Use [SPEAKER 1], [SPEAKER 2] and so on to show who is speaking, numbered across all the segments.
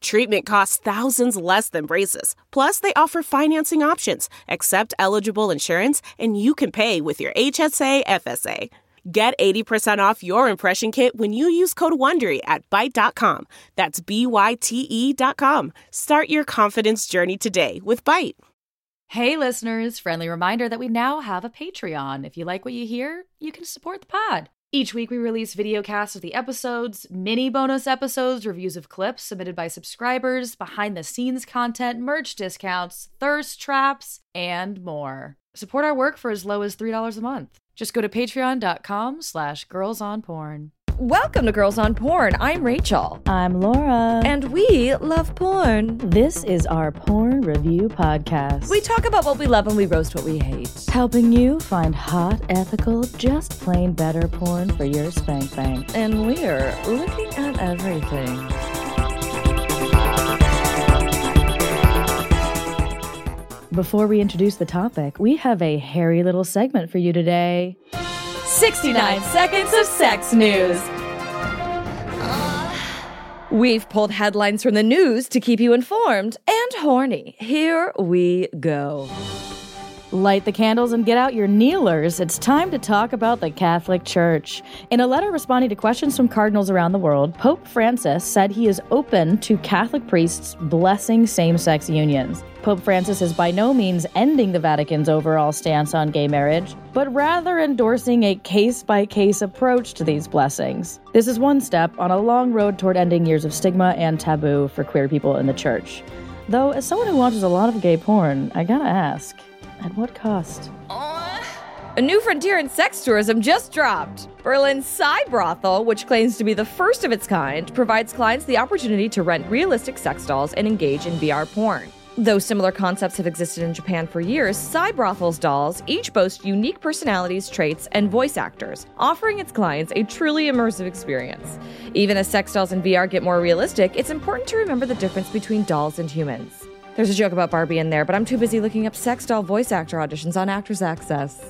[SPEAKER 1] Treatment costs thousands less than braces. Plus, they offer financing options, accept eligible insurance, and you can pay with your HSA FSA. Get 80% off your impression kit when you use code WONDERY at Byte.com. That's B-Y-T-E E dot com. Start your confidence journey today with Byte.
[SPEAKER 2] Hey, listeners, friendly reminder that we now have a Patreon. If you like what you hear, you can support the pod. Each week, we release video casts of the episodes, mini bonus episodes, reviews of clips submitted by subscribers, behind the scenes content, merch discounts, thirst traps, and more. Support our work for as low as $3 a month. Just go to patreon.com slash girls on porn.
[SPEAKER 3] Welcome to Girls on Porn. I'm Rachel.
[SPEAKER 4] I'm Laura.
[SPEAKER 3] And we love porn.
[SPEAKER 4] this is our porn review podcast.
[SPEAKER 3] We talk about what we love and we roast what we hate.
[SPEAKER 4] helping you find hot, ethical, just plain better porn for your spank bank.
[SPEAKER 3] And we're looking at everything.
[SPEAKER 4] Before we introduce the topic, we have a hairy little segment for you today.
[SPEAKER 3] 69 seconds of sex news. We've pulled headlines from the news to keep you informed and horny. Here we go.
[SPEAKER 4] Light the candles and get out your kneelers. It's time to talk about the Catholic Church. In a letter responding to questions from cardinals around the world, Pope Francis said he is open to Catholic priests blessing same sex unions. Pope Francis is by no means ending the Vatican's overall stance on gay marriage, but rather endorsing a case by case approach to these blessings. This is one step on a long road toward ending years of stigma and taboo for queer people in the church. Though, as someone who watches a lot of gay porn, I gotta ask. At what cost?
[SPEAKER 3] A new frontier in sex tourism just dropped. Berlin's Psy Brothel, which claims to be the first of its kind, provides clients the opportunity to rent realistic sex dolls and engage in VR porn. Though similar concepts have existed in Japan for years, Psy Brothel's dolls each boast unique personalities, traits, and voice actors, offering its clients a truly immersive experience. Even as sex dolls and VR get more realistic, it's important to remember the difference between dolls and humans. There's a joke about Barbie in there, but I'm too busy looking up sex doll voice actor auditions on Actors Access.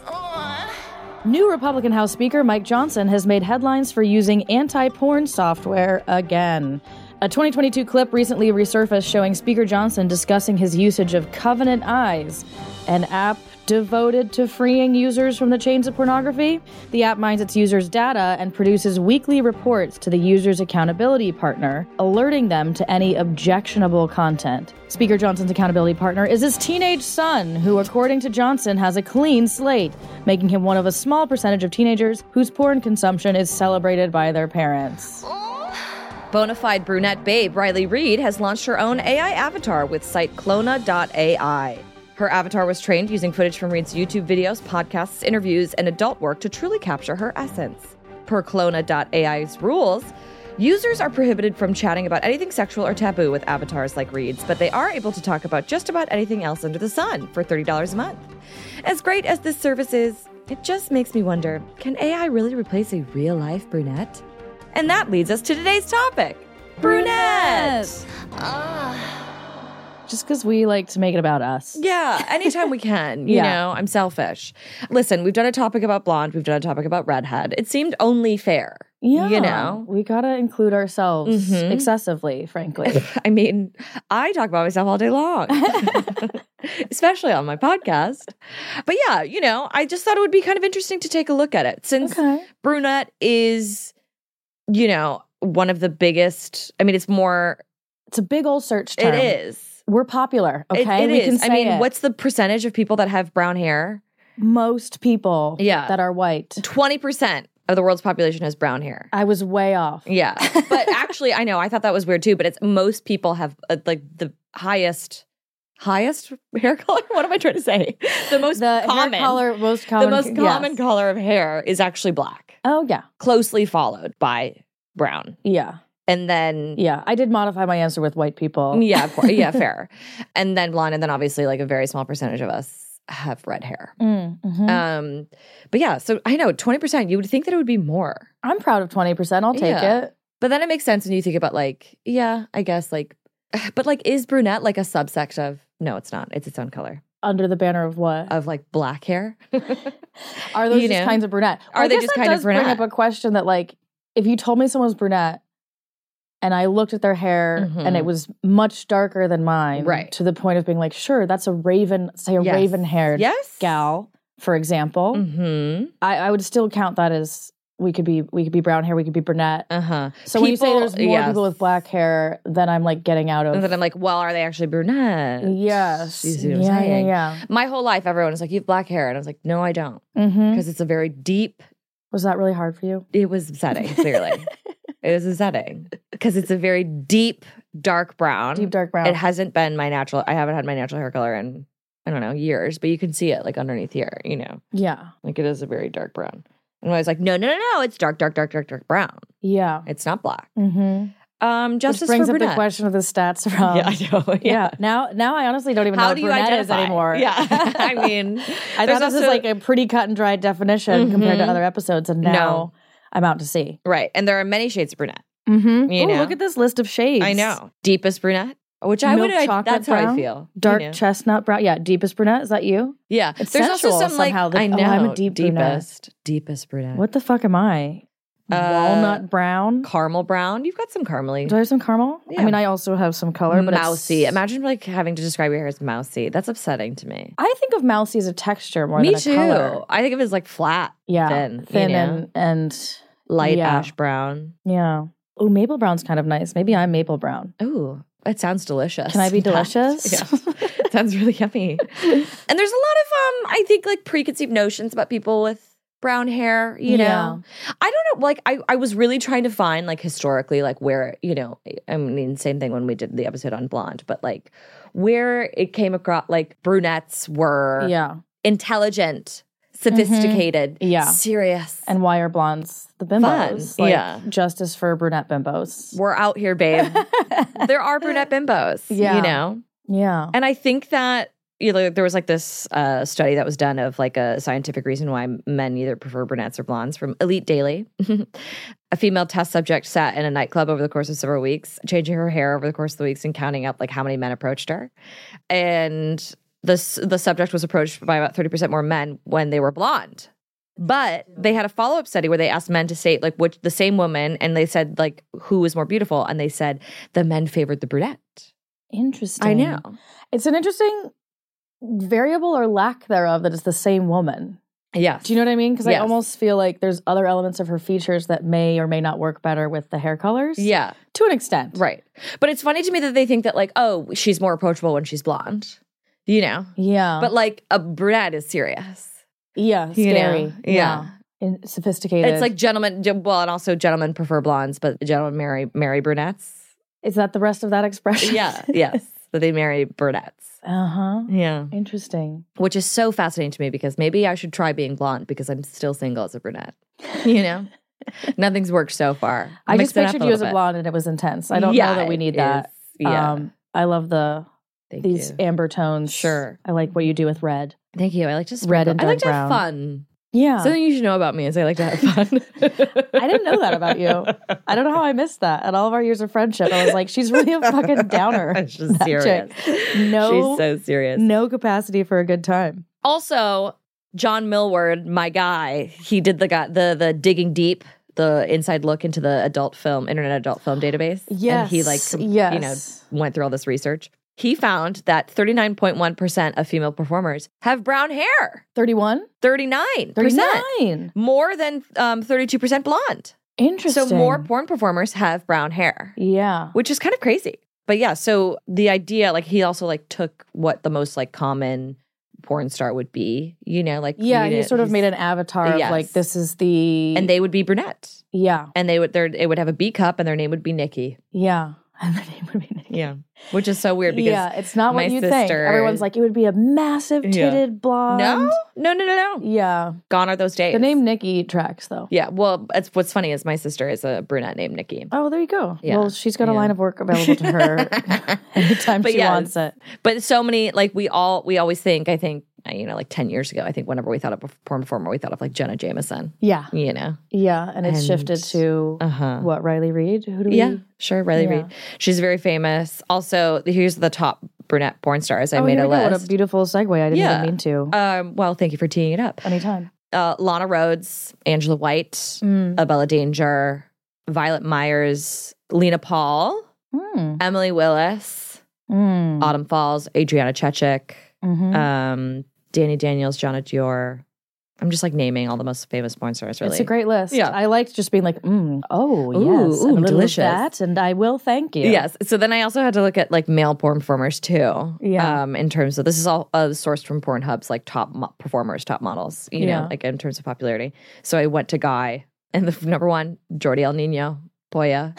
[SPEAKER 4] New Republican House Speaker Mike Johnson has made headlines for using anti porn software again. A 2022 clip recently resurfaced showing Speaker Johnson discussing his usage of Covenant Eyes, an app devoted to freeing users from the chains of pornography. The app mines its users' data and produces weekly reports to the user's accountability partner, alerting them to any objectionable content. Speaker Johnson's accountability partner is his teenage son, who, according to Johnson, has a clean slate, making him one of a small percentage of teenagers whose porn consumption is celebrated by their parents.
[SPEAKER 3] Bona fide brunette babe Riley Reed has launched her own AI avatar with site Clona.ai. Her avatar was trained using footage from Reed's YouTube videos, podcasts, interviews, and adult work to truly capture her essence. Per Clona.ai's rules, users are prohibited from chatting about anything sexual or taboo with avatars like Reed's, but they are able to talk about just about anything else under the sun for $30 a month. As great as this service is, it just makes me wonder can AI really replace a real life brunette? And that leads us to today's topic brunette.
[SPEAKER 4] Ah. Just because we like to make it about us.
[SPEAKER 3] Yeah, anytime we can. You
[SPEAKER 4] Yeah.
[SPEAKER 3] know, I'm selfish. Listen, we've done a topic about blonde, we've done a topic about redhead. It seemed only fair. You know?
[SPEAKER 4] we gotta include ourselves
[SPEAKER 3] Mhm.
[SPEAKER 4] excessively, frankly.
[SPEAKER 3] I mean, I talk about myself all day long, especially on my podcast. But yeah, you know, I just thought it would be kind of interesting to take a look at it since
[SPEAKER 4] okay.
[SPEAKER 3] brunette is, you know, one of the biggest. I mean, it's more,
[SPEAKER 4] It's a big old search term.
[SPEAKER 3] it is.
[SPEAKER 4] We're popular.
[SPEAKER 3] It-
[SPEAKER 4] Okay,
[SPEAKER 3] it
[SPEAKER 4] we
[SPEAKER 3] is.
[SPEAKER 4] can say
[SPEAKER 3] I mean,
[SPEAKER 4] it.
[SPEAKER 3] what's the percentage of people that have brown hair?
[SPEAKER 4] most people
[SPEAKER 3] Yeah.
[SPEAKER 4] that are white?
[SPEAKER 3] 20% of the world's population has brown hair.
[SPEAKER 4] I was way off.
[SPEAKER 3] Yeah. But actually, I know, I thought that was weird too, but it's most people have uh, like the highest, highest hair color. What am I trying to say? The most
[SPEAKER 4] The
[SPEAKER 3] common,
[SPEAKER 4] hair color most common.
[SPEAKER 3] the most common
[SPEAKER 4] yes.
[SPEAKER 3] color of hair is actually black,
[SPEAKER 4] Oh yeah,
[SPEAKER 3] closely followed by brown.
[SPEAKER 4] yeah,
[SPEAKER 3] And then,
[SPEAKER 4] yeah. I did modify my answer with white people.
[SPEAKER 3] yeah, of course. yeah, fair. And then blonde. And then obviously like a very small percentage of us have red hair.
[SPEAKER 4] Mm, mhm.
[SPEAKER 3] Um, but yeah, so I know 20%, you would think that it would be more.
[SPEAKER 4] I'm proud of 20%. I'll take
[SPEAKER 3] Yeah.
[SPEAKER 4] it.
[SPEAKER 3] But then it makes sense when you think about like, yeah, I guess like, but like, is brunette like a subsect of? No, it's not. It's its own color
[SPEAKER 4] Under the banner of what?
[SPEAKER 3] of like black hair.
[SPEAKER 4] Are those
[SPEAKER 3] Uh, you
[SPEAKER 4] just
[SPEAKER 3] know?
[SPEAKER 4] kinds of brunette? Well,
[SPEAKER 3] Are
[SPEAKER 4] I
[SPEAKER 3] they
[SPEAKER 4] guess
[SPEAKER 3] just
[SPEAKER 4] that
[SPEAKER 3] kind of
[SPEAKER 4] does bring
[SPEAKER 3] brunette?
[SPEAKER 4] up a question that, like, if you told me someone's brunette and I looked at their hair and it
[SPEAKER 3] Mhm.
[SPEAKER 4] was much darker than mine,
[SPEAKER 3] Right.
[SPEAKER 4] To the point of being like, sure, that's a raven, say a
[SPEAKER 3] Yes.
[SPEAKER 4] raven-haired
[SPEAKER 3] yes,
[SPEAKER 4] gal, for example.
[SPEAKER 3] Mm-hmm.
[SPEAKER 4] I, I would still count that as we could be we could be brown hair, we could be brunette.
[SPEAKER 3] Uh huh.
[SPEAKER 4] So when you say
[SPEAKER 3] people-
[SPEAKER 4] there's more
[SPEAKER 3] yes.
[SPEAKER 4] people with black hair, then I'm like getting out of.
[SPEAKER 3] And then I'm like, well, are they actually brunette?
[SPEAKER 4] yes,
[SPEAKER 3] You see what I'm
[SPEAKER 4] yeah,
[SPEAKER 3] saying?
[SPEAKER 4] yeah,
[SPEAKER 3] My whole life, everyone was like, you have black hair, and I was like, no, I don't,
[SPEAKER 4] yeah. hmm
[SPEAKER 3] because it's a very deep.
[SPEAKER 4] Was that really hard for you?
[SPEAKER 3] It was upsetting. Clearly, it was upsetting because it's a very deep dark brown.
[SPEAKER 4] Deep dark brown.
[SPEAKER 3] Um, It hasn't been my natural. I haven't had my natural hair color in I don't know years, but you can see it like underneath here. You know,
[SPEAKER 4] yeah,
[SPEAKER 3] like it is a very dark brown. And I was like, no, no, no, no, it's dark, dark, dark, dark, dark brown.
[SPEAKER 4] yeah.
[SPEAKER 3] It's not black.
[SPEAKER 4] Mm-hmm.
[SPEAKER 3] Um,
[SPEAKER 4] Which
[SPEAKER 3] justice
[SPEAKER 4] brings
[SPEAKER 3] for
[SPEAKER 4] up the
[SPEAKER 3] brunette.
[SPEAKER 4] question of the stats from.
[SPEAKER 3] yeah, I know.
[SPEAKER 4] Um, yeah. Now, now I honestly don't even know
[SPEAKER 3] How
[SPEAKER 4] what
[SPEAKER 3] do you
[SPEAKER 4] brunette
[SPEAKER 3] identify
[SPEAKER 4] is anymore.
[SPEAKER 3] Yeah, I mean,
[SPEAKER 4] I thought
[SPEAKER 3] there's
[SPEAKER 4] this was
[SPEAKER 3] also-
[SPEAKER 4] like a pretty cut and dry definition compared to
[SPEAKER 3] Mhm.
[SPEAKER 4] other episodes, and now
[SPEAKER 3] No.
[SPEAKER 4] I'm out to sea.
[SPEAKER 3] right. And there are many shades of brunette.
[SPEAKER 4] Mm-hmm.
[SPEAKER 3] You
[SPEAKER 4] Oh,
[SPEAKER 3] know?
[SPEAKER 4] look at this list of shades.
[SPEAKER 3] I know deepest brunette, which I
[SPEAKER 4] Milk
[SPEAKER 3] would. I,
[SPEAKER 4] chocolate
[SPEAKER 3] that's how I
[SPEAKER 4] brown,
[SPEAKER 3] feel. you
[SPEAKER 4] Dark
[SPEAKER 3] know?
[SPEAKER 4] chestnut brown. Yeah, deepest brunette. Is that you?
[SPEAKER 3] yeah.
[SPEAKER 4] It's
[SPEAKER 3] there's also
[SPEAKER 4] sensual
[SPEAKER 3] some like
[SPEAKER 4] somehow that-
[SPEAKER 3] I
[SPEAKER 4] oh,
[SPEAKER 3] know
[SPEAKER 4] I'm a deep brunette.
[SPEAKER 3] deepest deepest brunette.
[SPEAKER 4] What the fuck am I?
[SPEAKER 3] Mm. Uh,
[SPEAKER 4] Walnut brown.
[SPEAKER 3] caramel brown? You've got some caramely.
[SPEAKER 4] Do I have some caramel? I
[SPEAKER 3] Yeah.
[SPEAKER 4] mean, I also have some color, but it's-
[SPEAKER 3] mousy. Imagine like having to describe your hair as mousy. That's upsetting to me.
[SPEAKER 4] I think of mousy as a texture more
[SPEAKER 3] me
[SPEAKER 4] than a
[SPEAKER 3] too.
[SPEAKER 4] color.
[SPEAKER 3] I think of it as like flat,
[SPEAKER 4] Yeah,
[SPEAKER 3] Thin, you know?
[SPEAKER 4] and and
[SPEAKER 3] light
[SPEAKER 4] Yeah.
[SPEAKER 3] ash brown.
[SPEAKER 4] yeah. Oh, maple brown's kind of nice. Maybe I'm maple brown.
[SPEAKER 3] Ooh, that sounds delicious.
[SPEAKER 4] Can I be
[SPEAKER 3] In fact,
[SPEAKER 4] delicious?
[SPEAKER 3] yeah. sounds really yummy. and there's a lot of um, I think like preconceived notions about people with brown hair. You know,
[SPEAKER 4] Yeah.
[SPEAKER 3] I don't know. Like I, I was really trying to find like historically, like where you know, I mean, same thing when we did the episode on blonde, but like where it came across, like brunettes were
[SPEAKER 4] Yeah,
[SPEAKER 3] intelligent, sophisticated,
[SPEAKER 4] Mm-hmm. Yeah.
[SPEAKER 3] serious. And
[SPEAKER 4] and why are blondes the bimbos?
[SPEAKER 3] Fun, yeah.
[SPEAKER 4] justice for brunette bimbos.
[SPEAKER 3] we're out here, babe. there are brunette bimbos,
[SPEAKER 4] Yeah.
[SPEAKER 3] you know?
[SPEAKER 4] Yeah,
[SPEAKER 3] And I think that you know, there was like this uh, study that was done of like a scientific reason why men either prefer brunettes or blondes from Elite Daily. a female test subject sat in a nightclub over the course of several weeks, changing her hair over the course of the weeks and counting up like how many men approached her. And the s- the subject was approached by about 30% more men when they were blonde. But they had a follow up study where they asked men to state like which the same woman and they said like who was more beautiful and they said the men favored the brunette.
[SPEAKER 4] interesting.
[SPEAKER 3] I know.
[SPEAKER 4] It's an interesting variable or lack thereof that it's the same woman.
[SPEAKER 3] Yes.
[SPEAKER 4] Do you know what I mean? Because I
[SPEAKER 3] Yes.
[SPEAKER 4] almost feel like there's other elements of her features that may or may not work better with the hair colors.
[SPEAKER 3] Yeah,
[SPEAKER 4] To an extent.
[SPEAKER 3] right. But it's funny to me that they think that like, oh, she's more approachable when she's blonde, you know.
[SPEAKER 4] Yeah.
[SPEAKER 3] But like a brunette is serious.
[SPEAKER 4] yeah,
[SPEAKER 3] you know,
[SPEAKER 4] scary.
[SPEAKER 3] yeah.
[SPEAKER 4] In- sophisticated.
[SPEAKER 3] It's like gentlemen. Well, and also gentlemen prefer blondes, but gentlemen marry marry brunettes.
[SPEAKER 4] Is that the rest of that expression?
[SPEAKER 3] Yeah, yes, that they marry brunettes.
[SPEAKER 4] uh huh.
[SPEAKER 3] Yeah,
[SPEAKER 4] Interesting.
[SPEAKER 3] which is so fascinating to me because maybe I should try being blonde because I'm still single as a brunette. You know, nothing's worked so far.
[SPEAKER 4] I just
[SPEAKER 3] Mix it up
[SPEAKER 4] pictured you
[SPEAKER 3] little
[SPEAKER 4] as a
[SPEAKER 3] bit.
[SPEAKER 4] blonde and it was intense. I don't
[SPEAKER 3] Yeah,
[SPEAKER 4] know that we need
[SPEAKER 3] it
[SPEAKER 4] that.
[SPEAKER 3] is. Yeah,
[SPEAKER 4] Um, I love the
[SPEAKER 3] thank
[SPEAKER 4] these
[SPEAKER 3] you.
[SPEAKER 4] amber tones.
[SPEAKER 3] Sure.
[SPEAKER 4] I like what you do with red.
[SPEAKER 3] Thank you. I like to sprinkle.
[SPEAKER 4] Red and
[SPEAKER 3] I like
[SPEAKER 4] dark
[SPEAKER 3] to have
[SPEAKER 4] brown.
[SPEAKER 3] fun.
[SPEAKER 4] Yeah.
[SPEAKER 3] Something you should know about me is I like to have fun.
[SPEAKER 4] I didn't know that about you. I don't know how I missed that. At all of our years of friendship, I was like, she's really a fucking downer.
[SPEAKER 3] She's just
[SPEAKER 4] that
[SPEAKER 3] serious.
[SPEAKER 4] chick. No-
[SPEAKER 3] she's so serious.
[SPEAKER 4] No capacity for a good time.
[SPEAKER 3] Also, John Millward, my guy, he did the guy, the the digging deep, the inside look into the adult film internet adult film database. and he like
[SPEAKER 4] Yes,
[SPEAKER 3] com- you know
[SPEAKER 4] yes.
[SPEAKER 3] went through all this research. He found that thirty nine point one percent of female performers have brown hair.
[SPEAKER 4] 31?
[SPEAKER 3] Thirty nine
[SPEAKER 4] 39.
[SPEAKER 3] percent. More than um, 32% blonde.
[SPEAKER 4] Interesting.
[SPEAKER 3] So, more porn performers have brown hair.
[SPEAKER 4] Yeah.
[SPEAKER 3] which is kind of crazy. But yeah, so the idea, like he also like took what the most like common porn star would be, you know, like
[SPEAKER 4] Yeah,
[SPEAKER 3] you
[SPEAKER 4] he
[SPEAKER 3] know,
[SPEAKER 4] sort of
[SPEAKER 3] he's-
[SPEAKER 4] made an avatar of
[SPEAKER 3] Yes.
[SPEAKER 4] like this is the
[SPEAKER 3] and they would be brunette,
[SPEAKER 4] yeah
[SPEAKER 3] and they would their it would have a B cup, and their name would be Nikki.
[SPEAKER 4] yeah and the name would be naked.
[SPEAKER 3] Yeah, which is so weird because
[SPEAKER 4] yeah it's not
[SPEAKER 3] my
[SPEAKER 4] what you think
[SPEAKER 3] sister-
[SPEAKER 4] everyone's like it would be a massive
[SPEAKER 3] Yeah.
[SPEAKER 4] titted blonde
[SPEAKER 3] no, no, no, no, no,
[SPEAKER 4] yeah
[SPEAKER 3] gone are those days.
[SPEAKER 4] the name Nikki tracks though
[SPEAKER 3] yeah. Well, it's what's funny is my sister is a brunette named Nikki,
[SPEAKER 4] oh there you go
[SPEAKER 3] Yeah.
[SPEAKER 4] well she's got a
[SPEAKER 3] Yeah.
[SPEAKER 4] line of work available to her anytime
[SPEAKER 3] But
[SPEAKER 4] she
[SPEAKER 3] yes.
[SPEAKER 4] wants it
[SPEAKER 3] but so many like we all we always think I think uh, you know, like 10 years ago, I think whenever we thought of a porn performer, we thought of like Jenna Jameson,
[SPEAKER 4] Yeah.
[SPEAKER 3] you know?
[SPEAKER 4] Yeah. And it's
[SPEAKER 3] And-
[SPEAKER 4] shifted to
[SPEAKER 3] Uh-huh.
[SPEAKER 4] what, Riley Reed? Who do we? Oh,
[SPEAKER 3] Yeah, sure. Riley
[SPEAKER 4] Yeah.
[SPEAKER 3] Reid. She's very famous. Also, here's the top brunette porn stars. I
[SPEAKER 4] Oh,
[SPEAKER 3] made
[SPEAKER 4] here
[SPEAKER 3] a
[SPEAKER 4] we go. What a
[SPEAKER 3] list.
[SPEAKER 4] beautiful segue. I didn't
[SPEAKER 3] Yeah.
[SPEAKER 4] even mean to.
[SPEAKER 3] um, well, thank you for teeing it up.
[SPEAKER 4] Anytime.
[SPEAKER 3] Uh, Lana Rhodes, Angela White,
[SPEAKER 4] Mm.
[SPEAKER 3] Abella Danger, Violet Myers, Lena Paul,
[SPEAKER 4] Mm.
[SPEAKER 3] Emily Willis,
[SPEAKER 4] Mm.
[SPEAKER 3] Autumn Falls, Adriana Chechik,
[SPEAKER 4] Mhm.
[SPEAKER 3] um, Danny Daniels, Jana Dior. I'm just like naming all the most famous porn stars, really.
[SPEAKER 4] It's a great list.
[SPEAKER 3] Yeah.
[SPEAKER 4] I liked just being like, mm, oh,
[SPEAKER 3] Ooh,
[SPEAKER 4] yes,
[SPEAKER 3] ooh,
[SPEAKER 4] and a little of
[SPEAKER 3] delicious.
[SPEAKER 4] that, and I will thank you.
[SPEAKER 3] Yes. So then I also had to look at like male porn performers too.
[SPEAKER 4] Yeah.
[SPEAKER 3] Um, in terms of this is all uh, sourced from Pornhub's like top mo- performers, top models. You
[SPEAKER 4] Yeah.
[SPEAKER 3] know, like in terms of popularity. So I went to Guy, and the f- number one Jordi El Nino, Boya,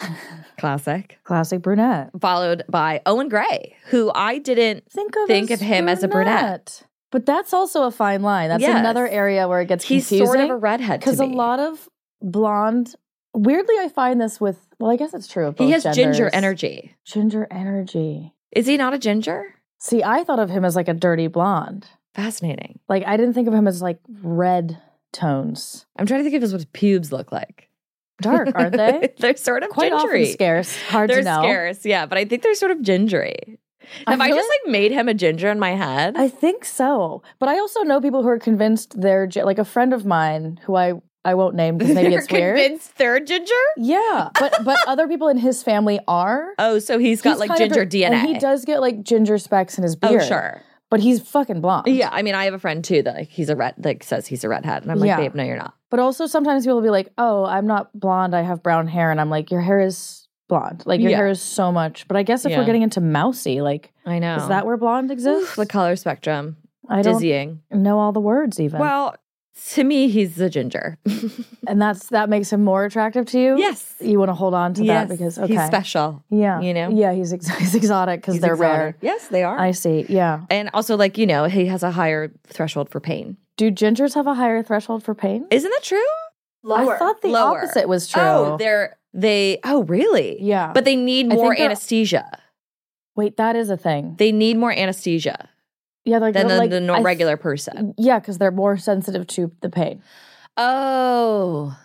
[SPEAKER 3] classic.
[SPEAKER 4] Classic brunette.
[SPEAKER 3] Followed by Owen Gray, who I didn't.
[SPEAKER 4] Think of
[SPEAKER 3] Think
[SPEAKER 4] as
[SPEAKER 3] of him as a brunette.
[SPEAKER 4] But that's also a fine line. That's
[SPEAKER 3] Yes.
[SPEAKER 4] another area where it gets
[SPEAKER 3] He's
[SPEAKER 4] confusing.
[SPEAKER 3] sort of a redhead to
[SPEAKER 4] because a
[SPEAKER 3] me.
[SPEAKER 4] lot of blonde. Weirdly, I find this with. Well, I guess it's true. Of both
[SPEAKER 3] he has ginger
[SPEAKER 4] genders.
[SPEAKER 3] energy.
[SPEAKER 4] Ginger energy.
[SPEAKER 3] Is he not a ginger?
[SPEAKER 4] See, I thought of him as like a dirty blonde.
[SPEAKER 3] Fascinating.
[SPEAKER 4] Like I didn't think of him as like red tones.
[SPEAKER 3] I'm trying to think of what his pubes look like.
[SPEAKER 4] Dark, aren't they?
[SPEAKER 3] they're sort of
[SPEAKER 4] Eh? Quite
[SPEAKER 3] gingery.
[SPEAKER 4] often scarce. Hard
[SPEAKER 3] they're
[SPEAKER 4] to know.
[SPEAKER 3] scarce, yeah, but I think they're sort of gingery.
[SPEAKER 4] I
[SPEAKER 3] Have I,
[SPEAKER 4] feel
[SPEAKER 3] just like made him a ginger in my head?
[SPEAKER 4] I think so. But I also know people who are convinced they're gi- like a friend of mine who I I won't name because maybe
[SPEAKER 3] You're
[SPEAKER 4] it's weird.
[SPEAKER 3] Convinced they're ginger?
[SPEAKER 4] Yeah, but but other people in his family are.
[SPEAKER 3] Oh, so he's got like
[SPEAKER 4] kind of
[SPEAKER 3] ginger
[SPEAKER 4] a-
[SPEAKER 3] DNA.
[SPEAKER 4] And he does get like ginger specks in his
[SPEAKER 3] Oh,
[SPEAKER 4] beard.
[SPEAKER 3] sure.
[SPEAKER 4] But he's fucking blonde.
[SPEAKER 3] Yeah, I mean, I have a friend too that like he's a red, like says he's a redhead, and I'm like,
[SPEAKER 4] Yeah.
[SPEAKER 3] babe, no, you're not.
[SPEAKER 4] But also sometimes people will be like, "Oh, I'm not blonde. I have brown hair." And I'm like, "Your hair is blonde. Like your
[SPEAKER 3] Yeah.
[SPEAKER 4] hair is so much." But I guess if
[SPEAKER 3] Yeah.
[SPEAKER 4] we're getting into mousy, like
[SPEAKER 3] I know.
[SPEAKER 4] is that where blonde exists?
[SPEAKER 3] the color spectrum?
[SPEAKER 4] I don't
[SPEAKER 3] Dizzying.
[SPEAKER 4] know all the words even.
[SPEAKER 3] Well, to me, he's a ginger.
[SPEAKER 4] and that's that makes him more attractive to you.
[SPEAKER 3] yes,
[SPEAKER 4] You want to hold on to
[SPEAKER 3] yes,
[SPEAKER 4] that because okay.
[SPEAKER 3] he's special.
[SPEAKER 4] Yeah.
[SPEAKER 3] you know?
[SPEAKER 4] Yeah, he's, ex- he's exotic because
[SPEAKER 3] He's
[SPEAKER 4] they're
[SPEAKER 3] exotic.
[SPEAKER 4] rare.
[SPEAKER 3] Yes, they are.
[SPEAKER 4] I see. Yeah.
[SPEAKER 3] and also, like you know, he has a higher threshold for pain.
[SPEAKER 4] Do gingers have a higher threshold for pain?
[SPEAKER 3] Isn't that true?
[SPEAKER 4] I thought the
[SPEAKER 3] Lower.
[SPEAKER 4] opposite was true.
[SPEAKER 3] Oh, they're they. Oh, really?
[SPEAKER 4] Yeah.
[SPEAKER 3] But they need
[SPEAKER 4] I
[SPEAKER 3] more
[SPEAKER 4] think they're-
[SPEAKER 3] anesthesia.
[SPEAKER 4] Wait, that is a thing.
[SPEAKER 3] They need more anesthesia
[SPEAKER 4] yeah, like,
[SPEAKER 3] than the,
[SPEAKER 4] like
[SPEAKER 3] the
[SPEAKER 4] I
[SPEAKER 3] no
[SPEAKER 4] th-
[SPEAKER 3] regular person.
[SPEAKER 4] Yeah, because they're more sensitive to the pain.
[SPEAKER 3] Oh,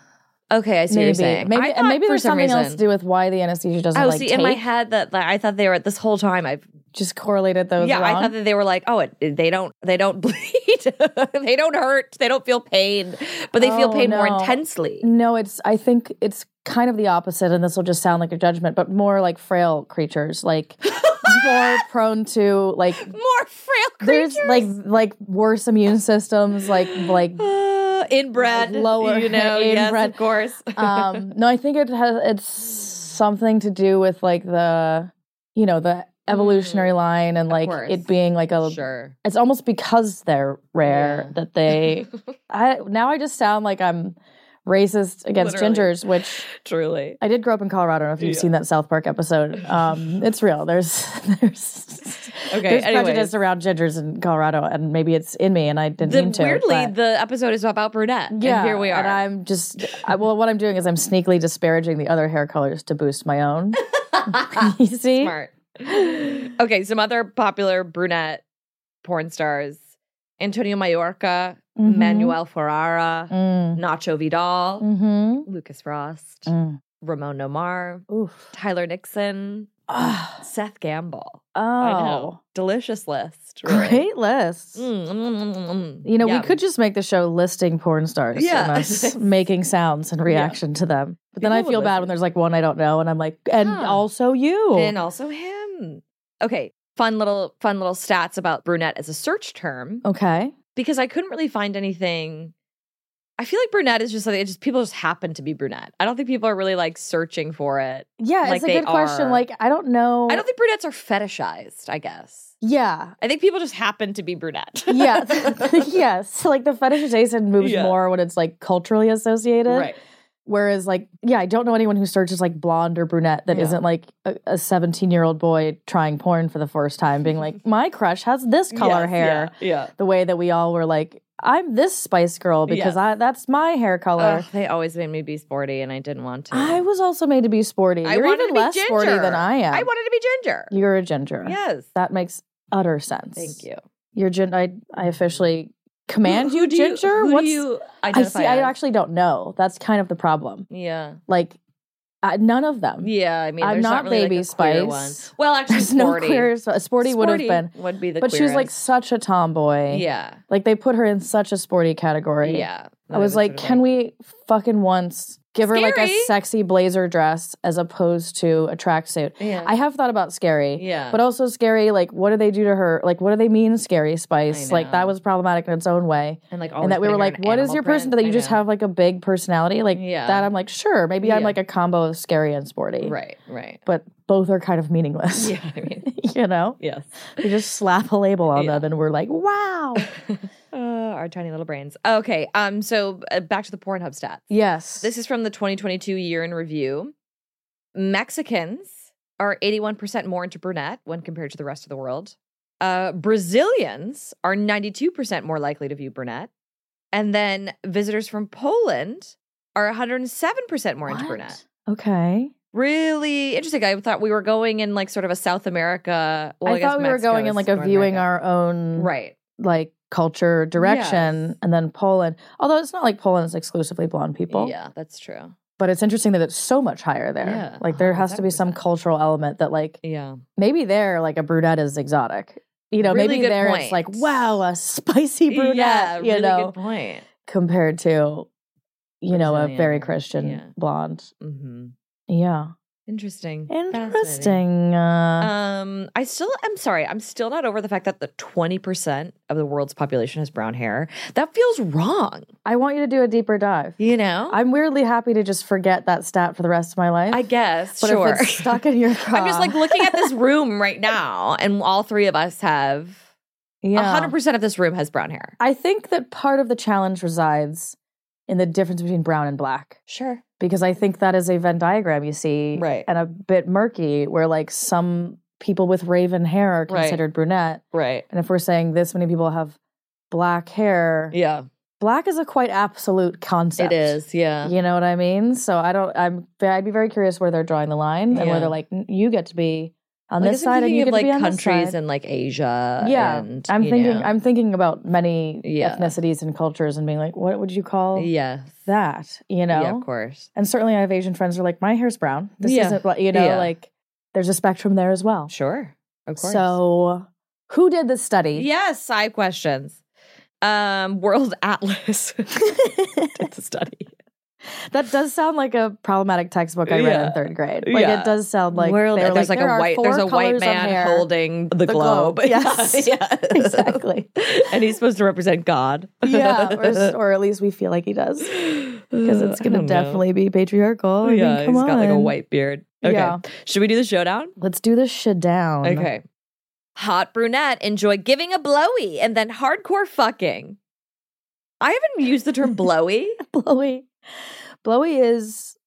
[SPEAKER 3] okay. I see what you're saying.
[SPEAKER 4] maybe,
[SPEAKER 3] I
[SPEAKER 4] and
[SPEAKER 3] thought
[SPEAKER 4] maybe
[SPEAKER 3] for
[SPEAKER 4] there's
[SPEAKER 3] some
[SPEAKER 4] something
[SPEAKER 3] reason,
[SPEAKER 4] else to do with why the anesthesia doesn't
[SPEAKER 3] Oh,
[SPEAKER 4] like
[SPEAKER 3] see, in my
[SPEAKER 4] tape.
[SPEAKER 3] head that like, I thought they were this whole time. I've
[SPEAKER 4] just correlated those.
[SPEAKER 3] yeah, I
[SPEAKER 4] wrong.
[SPEAKER 3] thought that they were like, oh, it, they don't, they don't bleed, they don't hurt, they don't feel pain, but they feel
[SPEAKER 4] Oh,
[SPEAKER 3] pain more
[SPEAKER 4] no.
[SPEAKER 3] intensely.
[SPEAKER 4] no, it's. I think it's kind of the opposite, and this will just sound like a judgment, but more like frail creatures, like more prone to like
[SPEAKER 3] More frail creatures,
[SPEAKER 4] there's like like worse immune systems, like like.
[SPEAKER 3] uh, inbred,
[SPEAKER 4] Lower
[SPEAKER 3] you know, yes,
[SPEAKER 4] inbred.
[SPEAKER 3] of course.
[SPEAKER 4] Um, no, I think it has. It's something to do with like the you know the evolutionary line and like
[SPEAKER 3] Mm, course.
[SPEAKER 4] it being like a
[SPEAKER 3] sure.
[SPEAKER 4] it's almost because they're rare
[SPEAKER 3] Yeah.
[SPEAKER 4] that they I now I just sound like I'm racist against
[SPEAKER 3] Literally.
[SPEAKER 4] gingers, which
[SPEAKER 3] Truly.
[SPEAKER 4] I did grow up in Colorado. I don't know if you've seen that South Park episode. Um, it's real. There's there's
[SPEAKER 3] Okay,
[SPEAKER 4] there's
[SPEAKER 3] anyways.
[SPEAKER 4] prejudice around gingers in Colorado, and maybe it's in me, and I didn't
[SPEAKER 3] The,
[SPEAKER 4] mean to.
[SPEAKER 3] weirdly,
[SPEAKER 4] but-
[SPEAKER 3] the episode is about brunette. and
[SPEAKER 4] yeah,
[SPEAKER 3] here we are.
[SPEAKER 4] And I'm just I, well, what I'm doing is I'm sneakily disparaging the other hair colors to boost my own. you see,
[SPEAKER 3] Ah, Smart. okay, some other popular brunette porn stars: Antonio Mallorca,
[SPEAKER 4] Mhm.
[SPEAKER 3] Manuel Ferrara,
[SPEAKER 4] Mm.
[SPEAKER 3] Nacho Vidal,
[SPEAKER 4] Mm-hmm.
[SPEAKER 3] Lucas Frost,
[SPEAKER 4] Mm.
[SPEAKER 3] Ramon Nomar,
[SPEAKER 4] Oof.
[SPEAKER 3] Tyler Nixon,
[SPEAKER 4] Ah.
[SPEAKER 3] Seth Gamble.
[SPEAKER 4] Oh,
[SPEAKER 3] I know. Delicious list. Really.
[SPEAKER 4] great list.
[SPEAKER 3] Mm, mm, mm, mm, mm.
[SPEAKER 4] You know,
[SPEAKER 3] Yum.
[SPEAKER 4] we could just make the show listing porn stars
[SPEAKER 3] Yeah.
[SPEAKER 4] and us making sounds in reaction to them. But then I
[SPEAKER 3] People would
[SPEAKER 4] feel bad
[SPEAKER 3] listen.
[SPEAKER 4] when there's like one I don't know, and I'm like, and
[SPEAKER 3] Huh.
[SPEAKER 4] also you.
[SPEAKER 3] and also him. Okay, fun little fun little stats about brunette as a search term
[SPEAKER 4] okay.
[SPEAKER 3] because I couldn't really find anything. I feel like brunette is just something. It just people just happen to be brunette. I don't think people are really like searching for it.
[SPEAKER 4] Yeah,
[SPEAKER 3] Like
[SPEAKER 4] it's a
[SPEAKER 3] they
[SPEAKER 4] good question.
[SPEAKER 3] are.
[SPEAKER 4] Like, I don't know.
[SPEAKER 3] I don't think brunettes are fetishized. I guess
[SPEAKER 4] yeah.
[SPEAKER 3] I think people just happen to be brunette.
[SPEAKER 4] Yeah. yes. Like the fetishization moves
[SPEAKER 3] Yeah.
[SPEAKER 4] more when it's like culturally associated.
[SPEAKER 3] right.
[SPEAKER 4] Whereas, like, yeah, I don't know anyone who searches like blonde or brunette that
[SPEAKER 3] Yeah.
[SPEAKER 4] not like a 17 year old boy trying porn for the first time, being like, my crush has this color
[SPEAKER 3] Yes,
[SPEAKER 4] hair.
[SPEAKER 3] Yeah.
[SPEAKER 4] the way that we all were like, I'm this Spice Girl because
[SPEAKER 3] Yes.
[SPEAKER 4] I that's my hair
[SPEAKER 3] yeah.
[SPEAKER 4] color.
[SPEAKER 3] Ugh, they always made me be sporty, and I didn't want to.
[SPEAKER 4] I was also made to be sporty.
[SPEAKER 3] I
[SPEAKER 4] You're
[SPEAKER 3] wanted
[SPEAKER 4] even
[SPEAKER 3] to be
[SPEAKER 4] less sporty
[SPEAKER 3] ginger.
[SPEAKER 4] than I am.
[SPEAKER 3] I wanted to be ginger.
[SPEAKER 4] You're a ginger.
[SPEAKER 3] Yes.
[SPEAKER 4] That makes utter sense.
[SPEAKER 3] Thank you.
[SPEAKER 4] Your gin. I I officially command you,
[SPEAKER 3] do you-
[SPEAKER 4] ginger.
[SPEAKER 3] who do
[SPEAKER 4] What's
[SPEAKER 3] you
[SPEAKER 4] I
[SPEAKER 3] identify
[SPEAKER 4] see. I
[SPEAKER 3] as?
[SPEAKER 4] actually don't know. That's kind of the problem.
[SPEAKER 3] Yeah.
[SPEAKER 4] Like, I, none of them.
[SPEAKER 3] Yeah, I mean,
[SPEAKER 4] I'm
[SPEAKER 3] there's
[SPEAKER 4] not,
[SPEAKER 3] really
[SPEAKER 4] Baby
[SPEAKER 3] like a
[SPEAKER 4] Spice.
[SPEAKER 3] queer one. Well, actually,
[SPEAKER 4] There's no
[SPEAKER 3] sporty.
[SPEAKER 4] queer. Sporty, sporty would have been,
[SPEAKER 3] Would be the
[SPEAKER 4] but she's like
[SPEAKER 3] queerest.
[SPEAKER 4] such a tomboy.
[SPEAKER 3] yeah,
[SPEAKER 4] Like they put her in such a sporty category.
[SPEAKER 3] yeah.
[SPEAKER 4] I was like, can we fucking once give her like
[SPEAKER 3] Scary.
[SPEAKER 4] a sexy blazer dress as opposed to a tracksuit?
[SPEAKER 3] we? Yeah,
[SPEAKER 4] I have thought about scary.
[SPEAKER 3] yeah.
[SPEAKER 4] But also scary, like what do they do to her? Like what do they mean scary spice?
[SPEAKER 3] I
[SPEAKER 4] Like that
[SPEAKER 3] know.
[SPEAKER 4] was problematic in its own way.
[SPEAKER 3] and like,
[SPEAKER 4] and that we were like, what is your person that you just
[SPEAKER 3] have?
[SPEAKER 4] have like a big personality? Like
[SPEAKER 3] Yeah.
[SPEAKER 4] that I'm like, sure, maybe I'm
[SPEAKER 3] Yeah.
[SPEAKER 4] like a combo of scary and sporty.
[SPEAKER 3] Right, right.
[SPEAKER 4] But both are kind of meaningless.
[SPEAKER 3] Yeah, I mean,
[SPEAKER 4] you know?
[SPEAKER 3] yes.
[SPEAKER 4] We just slap a label on
[SPEAKER 3] Yeah.
[SPEAKER 4] them and we're like, wow.
[SPEAKER 3] Uh, our tiny little brains. Okay, um, so uh, back to the Pornhub stats.
[SPEAKER 4] yes.
[SPEAKER 3] This is from the 2022 year in review. Mexicans are 81% more into brunette when compared to the rest of the world. Uh, Brazilians are 92% more likely to view brunette. And then visitors from Poland are 107% more into
[SPEAKER 4] What?
[SPEAKER 3] brunette.
[SPEAKER 4] Okay.
[SPEAKER 3] Really interesting. I thought we were going in like sort of a South America. Well, I,
[SPEAKER 4] I
[SPEAKER 3] guess
[SPEAKER 4] thought we were
[SPEAKER 3] Mexico
[SPEAKER 4] going in
[SPEAKER 3] is
[SPEAKER 4] like a
[SPEAKER 3] North
[SPEAKER 4] viewing
[SPEAKER 3] America.
[SPEAKER 4] our own
[SPEAKER 3] Right.
[SPEAKER 4] like culture direction
[SPEAKER 3] Yes.
[SPEAKER 4] and then Poland. Although it's not like Poland is exclusively blonde people.
[SPEAKER 3] Yeah, that's true.
[SPEAKER 4] But it's interesting that it's so much higher there.
[SPEAKER 3] Yeah,
[SPEAKER 4] Like there has to be some
[SPEAKER 3] 100%.
[SPEAKER 4] cultural element that like
[SPEAKER 3] Yeah.
[SPEAKER 4] maybe there like a brunette is exotic. You know,
[SPEAKER 3] Really
[SPEAKER 4] maybe
[SPEAKER 3] good
[SPEAKER 4] there
[SPEAKER 3] point.
[SPEAKER 4] it's like, wow, a spicy brunette,
[SPEAKER 3] yeah,
[SPEAKER 4] you
[SPEAKER 3] really
[SPEAKER 4] know,
[SPEAKER 3] good point.
[SPEAKER 4] compared to you know, a very
[SPEAKER 3] Brazilian,
[SPEAKER 4] Christian
[SPEAKER 3] yeah.
[SPEAKER 4] blonde.
[SPEAKER 3] hmm
[SPEAKER 4] Yeah.
[SPEAKER 3] Interesting. Fascinating.
[SPEAKER 4] Interesting. Uh,
[SPEAKER 3] Um, I still am sorry. I'm still not over the fact that the 20% of the world's population has brown hair. That feels wrong,
[SPEAKER 4] I want you to do a deeper dive.
[SPEAKER 3] you know?
[SPEAKER 4] I'm weirdly happy to just forget that stat for the rest of my life.
[SPEAKER 3] I guess,
[SPEAKER 4] But
[SPEAKER 3] sure.
[SPEAKER 4] if it's stuck in your craw,
[SPEAKER 3] I'm just like looking at this room right now, and all three of us have
[SPEAKER 4] yeah.
[SPEAKER 3] 100% of this room has brown hair.
[SPEAKER 4] I think that part of the challenge resides in the difference between brown and black
[SPEAKER 3] Sure.
[SPEAKER 4] because I think that is a Venn diagram you see
[SPEAKER 3] Right.
[SPEAKER 4] and a bit murky where like some people with raven hair are
[SPEAKER 3] Right.
[SPEAKER 4] considered brunette
[SPEAKER 3] Right.
[SPEAKER 4] and if we're saying this many people have black hair
[SPEAKER 3] Yeah.
[SPEAKER 4] black is a quite absolute concept
[SPEAKER 3] It is. Yeah.
[SPEAKER 4] you know what I mean so I don't I'm I'd be very curious where they're drawing the line and
[SPEAKER 3] Yeah.
[SPEAKER 4] where they're like "N- you get to be on
[SPEAKER 3] Like,
[SPEAKER 4] this
[SPEAKER 3] I'm
[SPEAKER 4] side and
[SPEAKER 3] thinking
[SPEAKER 4] you
[SPEAKER 3] of,
[SPEAKER 4] get
[SPEAKER 3] like
[SPEAKER 4] to be on this
[SPEAKER 3] countries
[SPEAKER 4] side.
[SPEAKER 3] in like Asia.
[SPEAKER 4] Yeah,
[SPEAKER 3] and,
[SPEAKER 4] I'm
[SPEAKER 3] you
[SPEAKER 4] thinking
[SPEAKER 3] know.
[SPEAKER 4] I'm thinking about many
[SPEAKER 3] Yeah.
[SPEAKER 4] ethnicities and cultures and being like, what would you call
[SPEAKER 3] yes.
[SPEAKER 4] that? You know?
[SPEAKER 3] Yeah, of course.
[SPEAKER 4] And certainly I have Asian friends who are like, my hair's brown. This
[SPEAKER 3] Yeah.
[SPEAKER 4] isn't like you know,
[SPEAKER 3] Yeah.
[SPEAKER 4] like there's a spectrum there as well.
[SPEAKER 3] Sure. Of course.
[SPEAKER 4] So who did this study?
[SPEAKER 3] Yes, side questions. Um, World Atlas did the study.
[SPEAKER 4] That does sound like a problematic textbook I read
[SPEAKER 3] Yeah.
[SPEAKER 4] in third grade. Like
[SPEAKER 3] Yeah.
[SPEAKER 4] it does sound like
[SPEAKER 3] World,
[SPEAKER 4] they were
[SPEAKER 3] there's like,
[SPEAKER 4] there
[SPEAKER 3] a
[SPEAKER 4] are
[SPEAKER 3] white
[SPEAKER 4] four
[SPEAKER 3] there's a white
[SPEAKER 4] colors of
[SPEAKER 3] man
[SPEAKER 4] hair.
[SPEAKER 3] holding the, globe.
[SPEAKER 4] globe. Yes.
[SPEAKER 3] yeah.
[SPEAKER 4] Exactly.
[SPEAKER 3] and he's supposed to represent God.
[SPEAKER 4] yeah, or, or at least we feel like he does because
[SPEAKER 3] Uh,
[SPEAKER 4] it's going to definitely be patriarchal. I mean,
[SPEAKER 3] Oh, yeah,
[SPEAKER 4] come
[SPEAKER 3] he's got like a
[SPEAKER 4] on.
[SPEAKER 3] white beard. Okay.
[SPEAKER 4] Yeah.
[SPEAKER 3] Should we do the showdown?
[SPEAKER 4] Let's do this shit down.
[SPEAKER 3] Okay. Hot brunette enjoy giving a blowy and then hardcore fucking. I haven't used the term blowy.
[SPEAKER 4] Blowy. Blowy is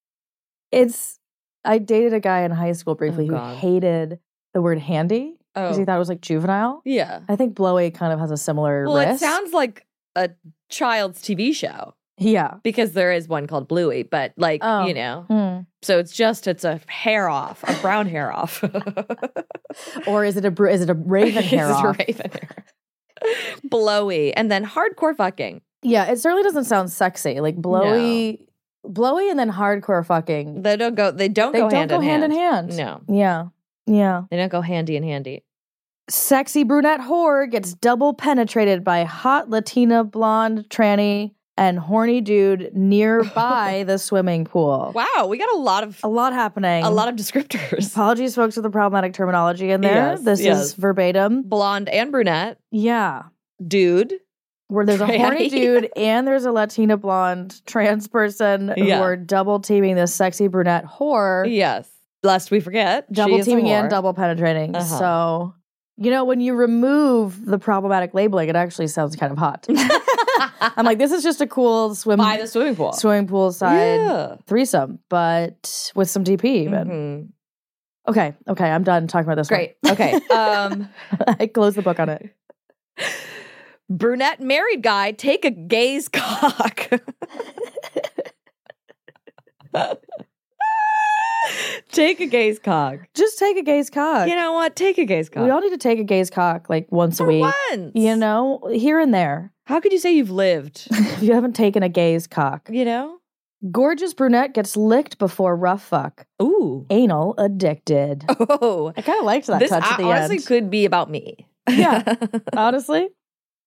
[SPEAKER 4] it's I dated a guy in high school briefly who
[SPEAKER 3] Oh, God. Oh.
[SPEAKER 4] hated the word handy because he thought it was like juvenile.
[SPEAKER 3] yeah.
[SPEAKER 4] I think blowy kind of has a similar
[SPEAKER 3] Well,
[SPEAKER 4] risk.
[SPEAKER 3] it sounds like a child's TV show
[SPEAKER 4] yeah.
[SPEAKER 3] because there is one called Bluey, but like,
[SPEAKER 4] Oh.
[SPEAKER 3] you know,
[SPEAKER 4] Hmm.
[SPEAKER 3] so it's just it's a hair off, a brown hair off.
[SPEAKER 4] Or is it a br- is it a raven hair
[SPEAKER 3] It's a
[SPEAKER 4] off?
[SPEAKER 3] raven hair. Blowy and then hardcore fucking.
[SPEAKER 4] Yeah, it certainly doesn't sound sexy. Like blowy, blowy, and then hardcore fucking.
[SPEAKER 3] They don't go they don't
[SPEAKER 4] they
[SPEAKER 3] go
[SPEAKER 4] don't
[SPEAKER 3] hand
[SPEAKER 4] go
[SPEAKER 3] in
[SPEAKER 4] hand,
[SPEAKER 3] hand.
[SPEAKER 4] in hand.
[SPEAKER 3] No.
[SPEAKER 4] Yeah. Yeah.
[SPEAKER 3] They don't go handy in handy.
[SPEAKER 4] Sexy brunette whore gets double penetrated by hot Latina blonde tranny and horny dude nearby the swimming pool.
[SPEAKER 3] Wow, we got a lot of
[SPEAKER 4] A lot happening.
[SPEAKER 3] a lot of descriptors.
[SPEAKER 4] Apologies, folks, for the problematic terminology in there.
[SPEAKER 3] Yes,
[SPEAKER 4] this
[SPEAKER 3] yes.
[SPEAKER 4] is verbatim.
[SPEAKER 3] Blonde and brunette.
[SPEAKER 4] Yeah.
[SPEAKER 3] Dude.
[SPEAKER 4] Where there's a horny
[SPEAKER 3] Tranny.
[SPEAKER 4] dude and there's a Latina blonde trans person
[SPEAKER 3] Yeah.
[SPEAKER 4] who are double teaming this sexy brunette whore.
[SPEAKER 3] Yes. Lest we forget. she
[SPEAKER 4] double
[SPEAKER 3] is a
[SPEAKER 4] teaming
[SPEAKER 3] whore.
[SPEAKER 4] and double penetrating.
[SPEAKER 3] Uh-huh.
[SPEAKER 4] So, you know, when you remove the problematic labeling, it actually sounds kind of hot. I'm like, this is just a cool swim
[SPEAKER 3] by the swimming pool.
[SPEAKER 4] swimming pool side
[SPEAKER 3] Yeah.
[SPEAKER 4] threesome, but with some DP even.
[SPEAKER 3] Mhm.
[SPEAKER 4] Okay, okay, I'm done talking about this. one.
[SPEAKER 3] Great. Okay. Um,
[SPEAKER 4] I closed the book on it.
[SPEAKER 3] brunette married guy take a gay's cock. Take a gay's cock.
[SPEAKER 4] Just take a gay's cock.
[SPEAKER 3] You know what? Take a gay's cock.
[SPEAKER 4] we all need to take a gay's cock like once a
[SPEAKER 3] For
[SPEAKER 4] week.
[SPEAKER 3] once.
[SPEAKER 4] You know, here and there.
[SPEAKER 3] How could you say you've lived?
[SPEAKER 4] If you haven't taken a gay's cock.
[SPEAKER 3] you know?
[SPEAKER 4] Gorgeous brunette gets licked before rough fuck.
[SPEAKER 3] Ooh.
[SPEAKER 4] Anal addicted.
[SPEAKER 3] Oh.
[SPEAKER 4] I kind of liked that
[SPEAKER 3] this
[SPEAKER 4] touch
[SPEAKER 3] I-
[SPEAKER 4] at the
[SPEAKER 3] honestly
[SPEAKER 4] end.
[SPEAKER 3] could be about me.
[SPEAKER 4] Yeah. honestly,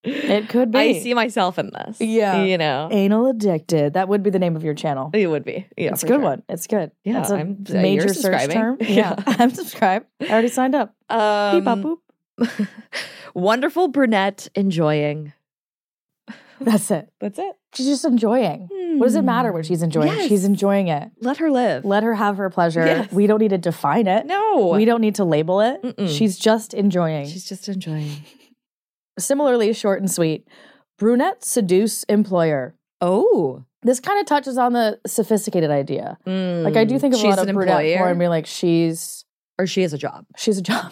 [SPEAKER 4] it could be.
[SPEAKER 3] I see myself in this.
[SPEAKER 4] Yeah.
[SPEAKER 3] You know?
[SPEAKER 4] Anal addicted. That would be the name of your channel.
[SPEAKER 3] It would be. Yeah,
[SPEAKER 4] it's a
[SPEAKER 3] for
[SPEAKER 4] good
[SPEAKER 3] sure.
[SPEAKER 4] one. It's good.
[SPEAKER 3] Yeah,
[SPEAKER 4] That's a
[SPEAKER 3] I'm- uh, you're
[SPEAKER 4] major search
[SPEAKER 3] subscribing.
[SPEAKER 4] term.
[SPEAKER 3] Yeah.
[SPEAKER 4] Yeah. I'm subscribed. I already signed up. Beep, bop,
[SPEAKER 3] Um,
[SPEAKER 4] boop.
[SPEAKER 3] wonderful brunette enjoying.
[SPEAKER 4] That's it.
[SPEAKER 3] That's it.
[SPEAKER 4] She's just enjoying. What does it matter what she's enjoying?
[SPEAKER 3] Yes.
[SPEAKER 4] She's enjoying it.
[SPEAKER 3] Let her live.
[SPEAKER 4] Let her have her pleasure.
[SPEAKER 3] Yes.
[SPEAKER 4] We don't need to define it.
[SPEAKER 3] no.
[SPEAKER 4] We don't need to label it.
[SPEAKER 3] Mm-mm.
[SPEAKER 4] She's just enjoying.
[SPEAKER 3] She's just enjoying.
[SPEAKER 4] Similarly, short and sweet. Brunette seduce employer.
[SPEAKER 3] Oh.
[SPEAKER 4] This kind of touches on the sophisticated idea. Like I do think of a
[SPEAKER 3] Hmm. Mm. she's
[SPEAKER 4] lot of
[SPEAKER 3] an
[SPEAKER 4] brunette
[SPEAKER 3] employer,
[SPEAKER 4] porn being like she's
[SPEAKER 3] or she has a job.
[SPEAKER 4] she's a job.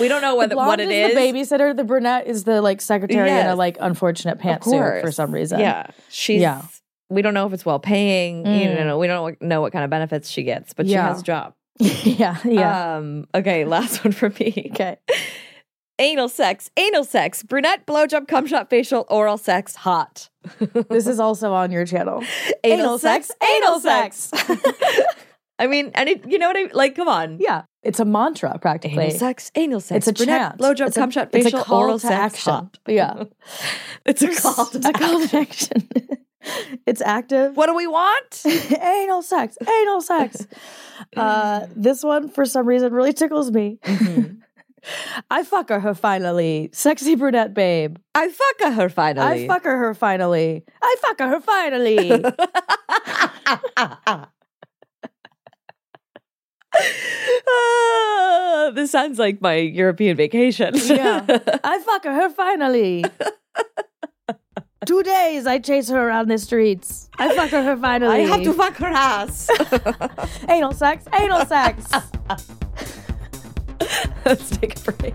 [SPEAKER 3] we don't know
[SPEAKER 4] the
[SPEAKER 3] whether
[SPEAKER 4] blonde
[SPEAKER 3] what it is.
[SPEAKER 4] the babysitter. The brunette is the like secretary in a
[SPEAKER 3] Yes.
[SPEAKER 4] like unfortunate
[SPEAKER 3] Of
[SPEAKER 4] pantsuit for
[SPEAKER 3] course.
[SPEAKER 4] some reason.
[SPEAKER 3] Yeah, Hmm. she's.
[SPEAKER 4] Yeah.
[SPEAKER 3] We don't know if it's well paying. You
[SPEAKER 4] Mm.
[SPEAKER 3] know, we don't know what kind of benefits she gets, but she
[SPEAKER 4] Yeah.
[SPEAKER 3] has a job.
[SPEAKER 4] yeah, yeah.
[SPEAKER 3] Um, okay, last one for me.
[SPEAKER 4] okay.
[SPEAKER 3] Anal sex, anal sex, brunette, blowjob, cum shot, facial, oral sex, hot.
[SPEAKER 4] This is also on your channel.
[SPEAKER 3] Anal sex, anal sex. I mean, and it, you know what I like. Come on,
[SPEAKER 4] Yeah, it's a mantra
[SPEAKER 3] Anal
[SPEAKER 4] practically.
[SPEAKER 3] sex, anal
[SPEAKER 4] It's
[SPEAKER 3] sex.
[SPEAKER 4] a
[SPEAKER 3] brunette,
[SPEAKER 4] chant.
[SPEAKER 3] blowjob,
[SPEAKER 4] It's a-
[SPEAKER 3] cum shot,
[SPEAKER 4] it's a
[SPEAKER 3] facial,
[SPEAKER 4] call
[SPEAKER 3] oral
[SPEAKER 4] to
[SPEAKER 3] sex,
[SPEAKER 4] action.
[SPEAKER 3] hot.
[SPEAKER 4] Yeah.
[SPEAKER 3] it's a call to
[SPEAKER 4] it's a call to action. it's active.
[SPEAKER 3] What do we want?
[SPEAKER 4] anal sex, anal sex. Uh, this one, for some reason, really tickles me.
[SPEAKER 3] Mm-hmm.
[SPEAKER 4] I fuck her, her finally. Sexy brunette babe.
[SPEAKER 3] I fuck a her finally.
[SPEAKER 4] I fuck her, her finally. I fuck her, her finally.
[SPEAKER 3] Ah, this sounds like my European vacation.
[SPEAKER 4] Yeah. I fuck her, her finally. Two days I chase her around the streets. I fuck her, her finally.
[SPEAKER 3] I have to fuck her ass.
[SPEAKER 4] anal sex, anal sex.
[SPEAKER 3] Let's take a break.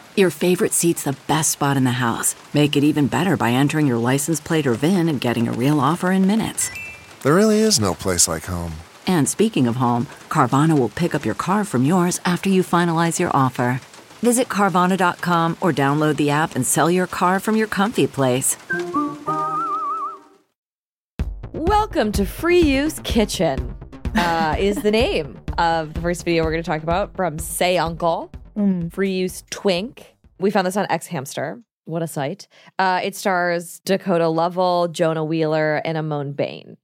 [SPEAKER 5] Your favorite seat's the best spot in the house. Make it even better by entering your license plate or VIN and getting a real offer in minutes.
[SPEAKER 6] There really is no place like home.
[SPEAKER 5] And speaking of home, Carvana will pick up your car from yours after you finalize your offer. Visit Carvana.com or download the app and sell your car from your comfy place.
[SPEAKER 3] Welcome to Free Use Kitchen. Uh, is the name of the first video we're going to talk about from Say Uncle. Free Use Twink. We found this on X Hamster. What a site! Uh, it stars Dakota Lovell, Jonah Wheeler, and Amon Bain.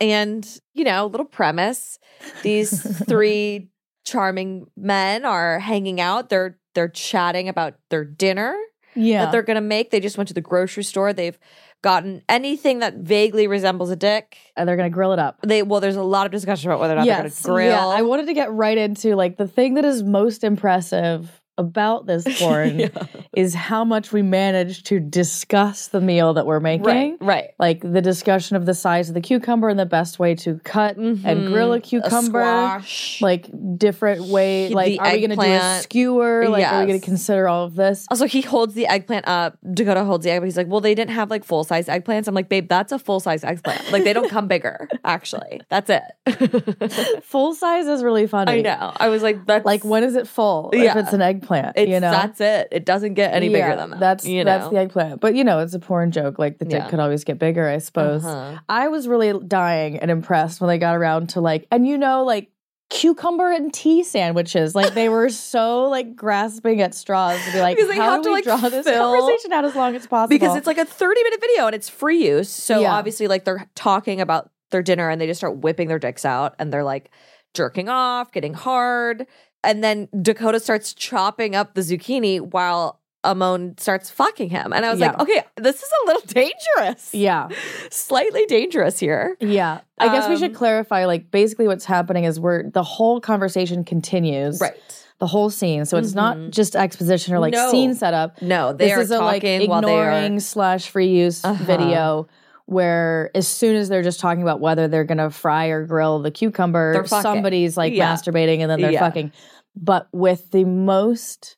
[SPEAKER 3] And you know, little premise: these three charming men are hanging out. They're they're chatting about their dinner
[SPEAKER 4] Yeah.
[SPEAKER 3] that they're going to make. They just went to the grocery store. They've gotten anything that vaguely resembles a dick.
[SPEAKER 4] And they're gonna grill it up.
[SPEAKER 3] They well, there's a lot of discussion about whether or not they're going to grill.
[SPEAKER 4] Yeah, I wanted to get right into like the thing that is most impressive about this porn is how much we managed to discuss the meal that we're making.
[SPEAKER 3] right, right.
[SPEAKER 4] Like the discussion of the size of the cucumber and the best way to cut and grill a cucumber.
[SPEAKER 3] Mm-hmm. squash.
[SPEAKER 4] Like different way.
[SPEAKER 3] The
[SPEAKER 4] Like, are we going to do a
[SPEAKER 3] eggplant.
[SPEAKER 4] skewer? Like, are we going
[SPEAKER 3] Yes.
[SPEAKER 4] to consider all of this?
[SPEAKER 3] Also, he holds the eggplant up. Dakota holds the eggplant. He's like, "Well, they didn't have like full size eggplants." I'm like, "Babe, that's a full size eggplant. Like, they don't come bigger. Actually, that's it."
[SPEAKER 4] Full size is really funny.
[SPEAKER 3] I know. I was like, "That's
[SPEAKER 4] Like, when is it full? If
[SPEAKER 3] Yeah.
[SPEAKER 4] it's an eggplant,
[SPEAKER 3] It's,
[SPEAKER 4] you know?
[SPEAKER 3] that's it. It doesn't get any
[SPEAKER 4] Yeah,
[SPEAKER 3] bigger than that.
[SPEAKER 4] That's
[SPEAKER 3] you
[SPEAKER 4] that's
[SPEAKER 3] know?
[SPEAKER 4] the eggplant. But you know, it's a porn joke. Like the dick
[SPEAKER 3] Yeah.
[SPEAKER 4] could always get bigger, I suppose.
[SPEAKER 3] Uh-huh.
[SPEAKER 4] I was really dying and impressed when they got around to like, and you know, like cucumber and tea sandwiches. Like they were so like grasping at straws to be like,
[SPEAKER 3] Because they
[SPEAKER 4] how
[SPEAKER 3] have
[SPEAKER 4] do
[SPEAKER 3] to,
[SPEAKER 4] we
[SPEAKER 3] like,
[SPEAKER 4] draw this
[SPEAKER 3] fill-
[SPEAKER 4] conversation out as long as possible?
[SPEAKER 3] because it's like a 30 minute video and it's free use. So
[SPEAKER 4] Yeah.
[SPEAKER 3] obviously, like they're talking about their dinner and they just start whipping their dicks out and they're like jerking off, getting hard. And then Dakota starts chopping up the zucchini while Amon starts fucking him. And I was like,
[SPEAKER 4] Yeah.
[SPEAKER 3] okay, this is a little dangerous.
[SPEAKER 4] yeah,
[SPEAKER 3] Slightly dangerous here.
[SPEAKER 4] yeah. I guess we should
[SPEAKER 3] Um,
[SPEAKER 4] clarify. Like basically, what's happening is we're the whole conversation continues,
[SPEAKER 3] Right. Mm-hmm.
[SPEAKER 4] The whole scene. So it's not just exposition or like
[SPEAKER 3] No.
[SPEAKER 4] scene setup.
[SPEAKER 3] No, they
[SPEAKER 4] this
[SPEAKER 3] are
[SPEAKER 4] is a like
[SPEAKER 3] talking
[SPEAKER 4] ignoring
[SPEAKER 3] while they are.
[SPEAKER 4] slash free use
[SPEAKER 3] Uh-huh.
[SPEAKER 4] video where as soon as they're just talking about whether they're gonna fry or grill the cucumber,
[SPEAKER 3] They're fucking.
[SPEAKER 4] somebody's like
[SPEAKER 3] Yeah.
[SPEAKER 4] masturbating and then they're
[SPEAKER 3] Yeah.
[SPEAKER 4] fucking. But with the most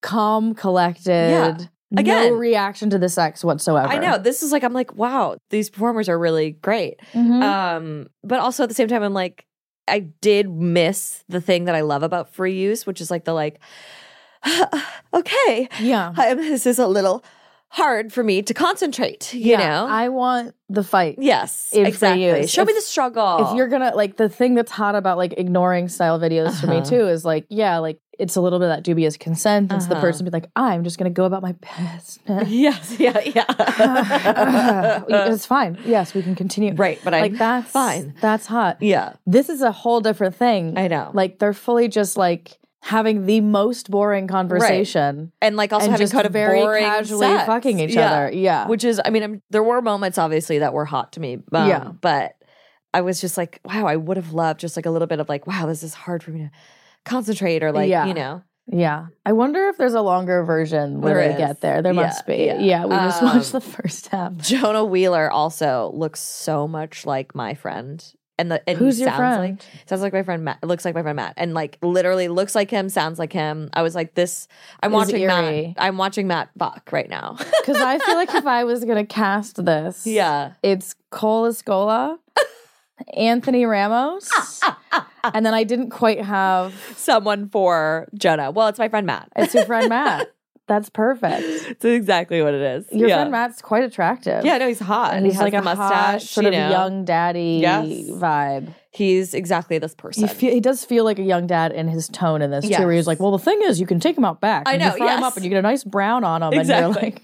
[SPEAKER 4] calm, collected,
[SPEAKER 3] Yeah. Again.
[SPEAKER 4] no reaction to the sex whatsoever.
[SPEAKER 3] I know. This is like, I'm like, wow, these performers are really great.
[SPEAKER 4] Mhm.
[SPEAKER 3] Um, but also at the same time, I'm like, I did miss the thing that I love about free use, which is like the like, okay,
[SPEAKER 4] yeah.
[SPEAKER 3] I- this is a little hard for me to concentrate, you
[SPEAKER 4] Yeah.
[SPEAKER 3] know?
[SPEAKER 4] I want the fight.
[SPEAKER 3] yes,
[SPEAKER 4] in free
[SPEAKER 3] exactly.
[SPEAKER 4] use.
[SPEAKER 3] Show me
[SPEAKER 4] If-
[SPEAKER 3] the struggle.
[SPEAKER 4] If you're gonna like the thing that's hot about like ignoring style videos for me
[SPEAKER 3] Uh-huh.
[SPEAKER 4] too is like, yeah, like it's a little bit of that dubious consent. It's the
[SPEAKER 3] Uh-huh.
[SPEAKER 4] person be like, I'm just gonna go about my business.
[SPEAKER 3] yes, yeah, yeah.
[SPEAKER 4] it's fine. Yes, we can continue.
[SPEAKER 3] right, but I'm
[SPEAKER 4] Like that's
[SPEAKER 3] fine.
[SPEAKER 4] That's hot.
[SPEAKER 3] Yeah,
[SPEAKER 4] This is a whole different thing.
[SPEAKER 3] I know.
[SPEAKER 4] Like they're fully just like having the most boring conversation
[SPEAKER 3] and like also
[SPEAKER 4] and
[SPEAKER 3] having
[SPEAKER 4] just
[SPEAKER 3] kind of
[SPEAKER 4] very
[SPEAKER 3] boring
[SPEAKER 4] casually
[SPEAKER 3] sex.
[SPEAKER 4] fucking each
[SPEAKER 3] Yeah.
[SPEAKER 4] other. Yeah.
[SPEAKER 3] which is i mean I'm, there were moments obviously that were hot to me um,
[SPEAKER 4] Yeah.
[SPEAKER 3] but i was just like wow i would have loved just like a little bit of like wow this is hard for me to concentrate or like
[SPEAKER 4] Yeah.
[SPEAKER 3] you know
[SPEAKER 4] yeah. I wonder if there's a longer version when
[SPEAKER 3] There
[SPEAKER 4] they
[SPEAKER 3] is.
[SPEAKER 4] get there. There
[SPEAKER 3] Yeah,
[SPEAKER 4] must be.
[SPEAKER 3] yeah.
[SPEAKER 4] Yeah. we just
[SPEAKER 3] Um,
[SPEAKER 4] watched the first half.
[SPEAKER 3] jonah wheeler also looks so much like my friend and the and he
[SPEAKER 4] Who's your
[SPEAKER 3] sounds
[SPEAKER 4] friend?
[SPEAKER 3] like sounds like my friend matt looks like my friend matt and like literally looks like him sounds like him i was like this i'm
[SPEAKER 4] Is
[SPEAKER 3] watching
[SPEAKER 4] eerie.
[SPEAKER 3] matt i'm watching matt buck right now
[SPEAKER 4] Because I feel like if I was gonna cast this,
[SPEAKER 3] yeah
[SPEAKER 4] it's Cole Escola, Anthony Ramos,
[SPEAKER 3] Ah,
[SPEAKER 4] and then I didn't quite have
[SPEAKER 3] someone for jonah well it's my friend matt
[SPEAKER 4] it's your friend Matt. That's perfect.
[SPEAKER 3] it's exactly what it is
[SPEAKER 4] Your
[SPEAKER 3] Yeah.
[SPEAKER 4] friend Matt's quite attractive.
[SPEAKER 3] Yeah, no, he's hot.
[SPEAKER 4] and
[SPEAKER 3] he
[SPEAKER 4] he's
[SPEAKER 3] has
[SPEAKER 4] like
[SPEAKER 3] the
[SPEAKER 4] a
[SPEAKER 3] mustache,
[SPEAKER 4] mustache, sort
[SPEAKER 3] you
[SPEAKER 4] of
[SPEAKER 3] know.
[SPEAKER 4] young daddy
[SPEAKER 3] Yes.
[SPEAKER 4] vibe.
[SPEAKER 3] He's exactly this person.
[SPEAKER 4] He, feel, he does feel like a young dad in his tone in this too, where he's
[SPEAKER 3] Yes.
[SPEAKER 4] like, "Well, the thing is, you can take him out back.
[SPEAKER 3] I
[SPEAKER 4] and you
[SPEAKER 3] know,
[SPEAKER 4] fry him
[SPEAKER 3] yes.
[SPEAKER 4] up, and you get a nice brown on him, and
[SPEAKER 3] Exactly.
[SPEAKER 4] you're like,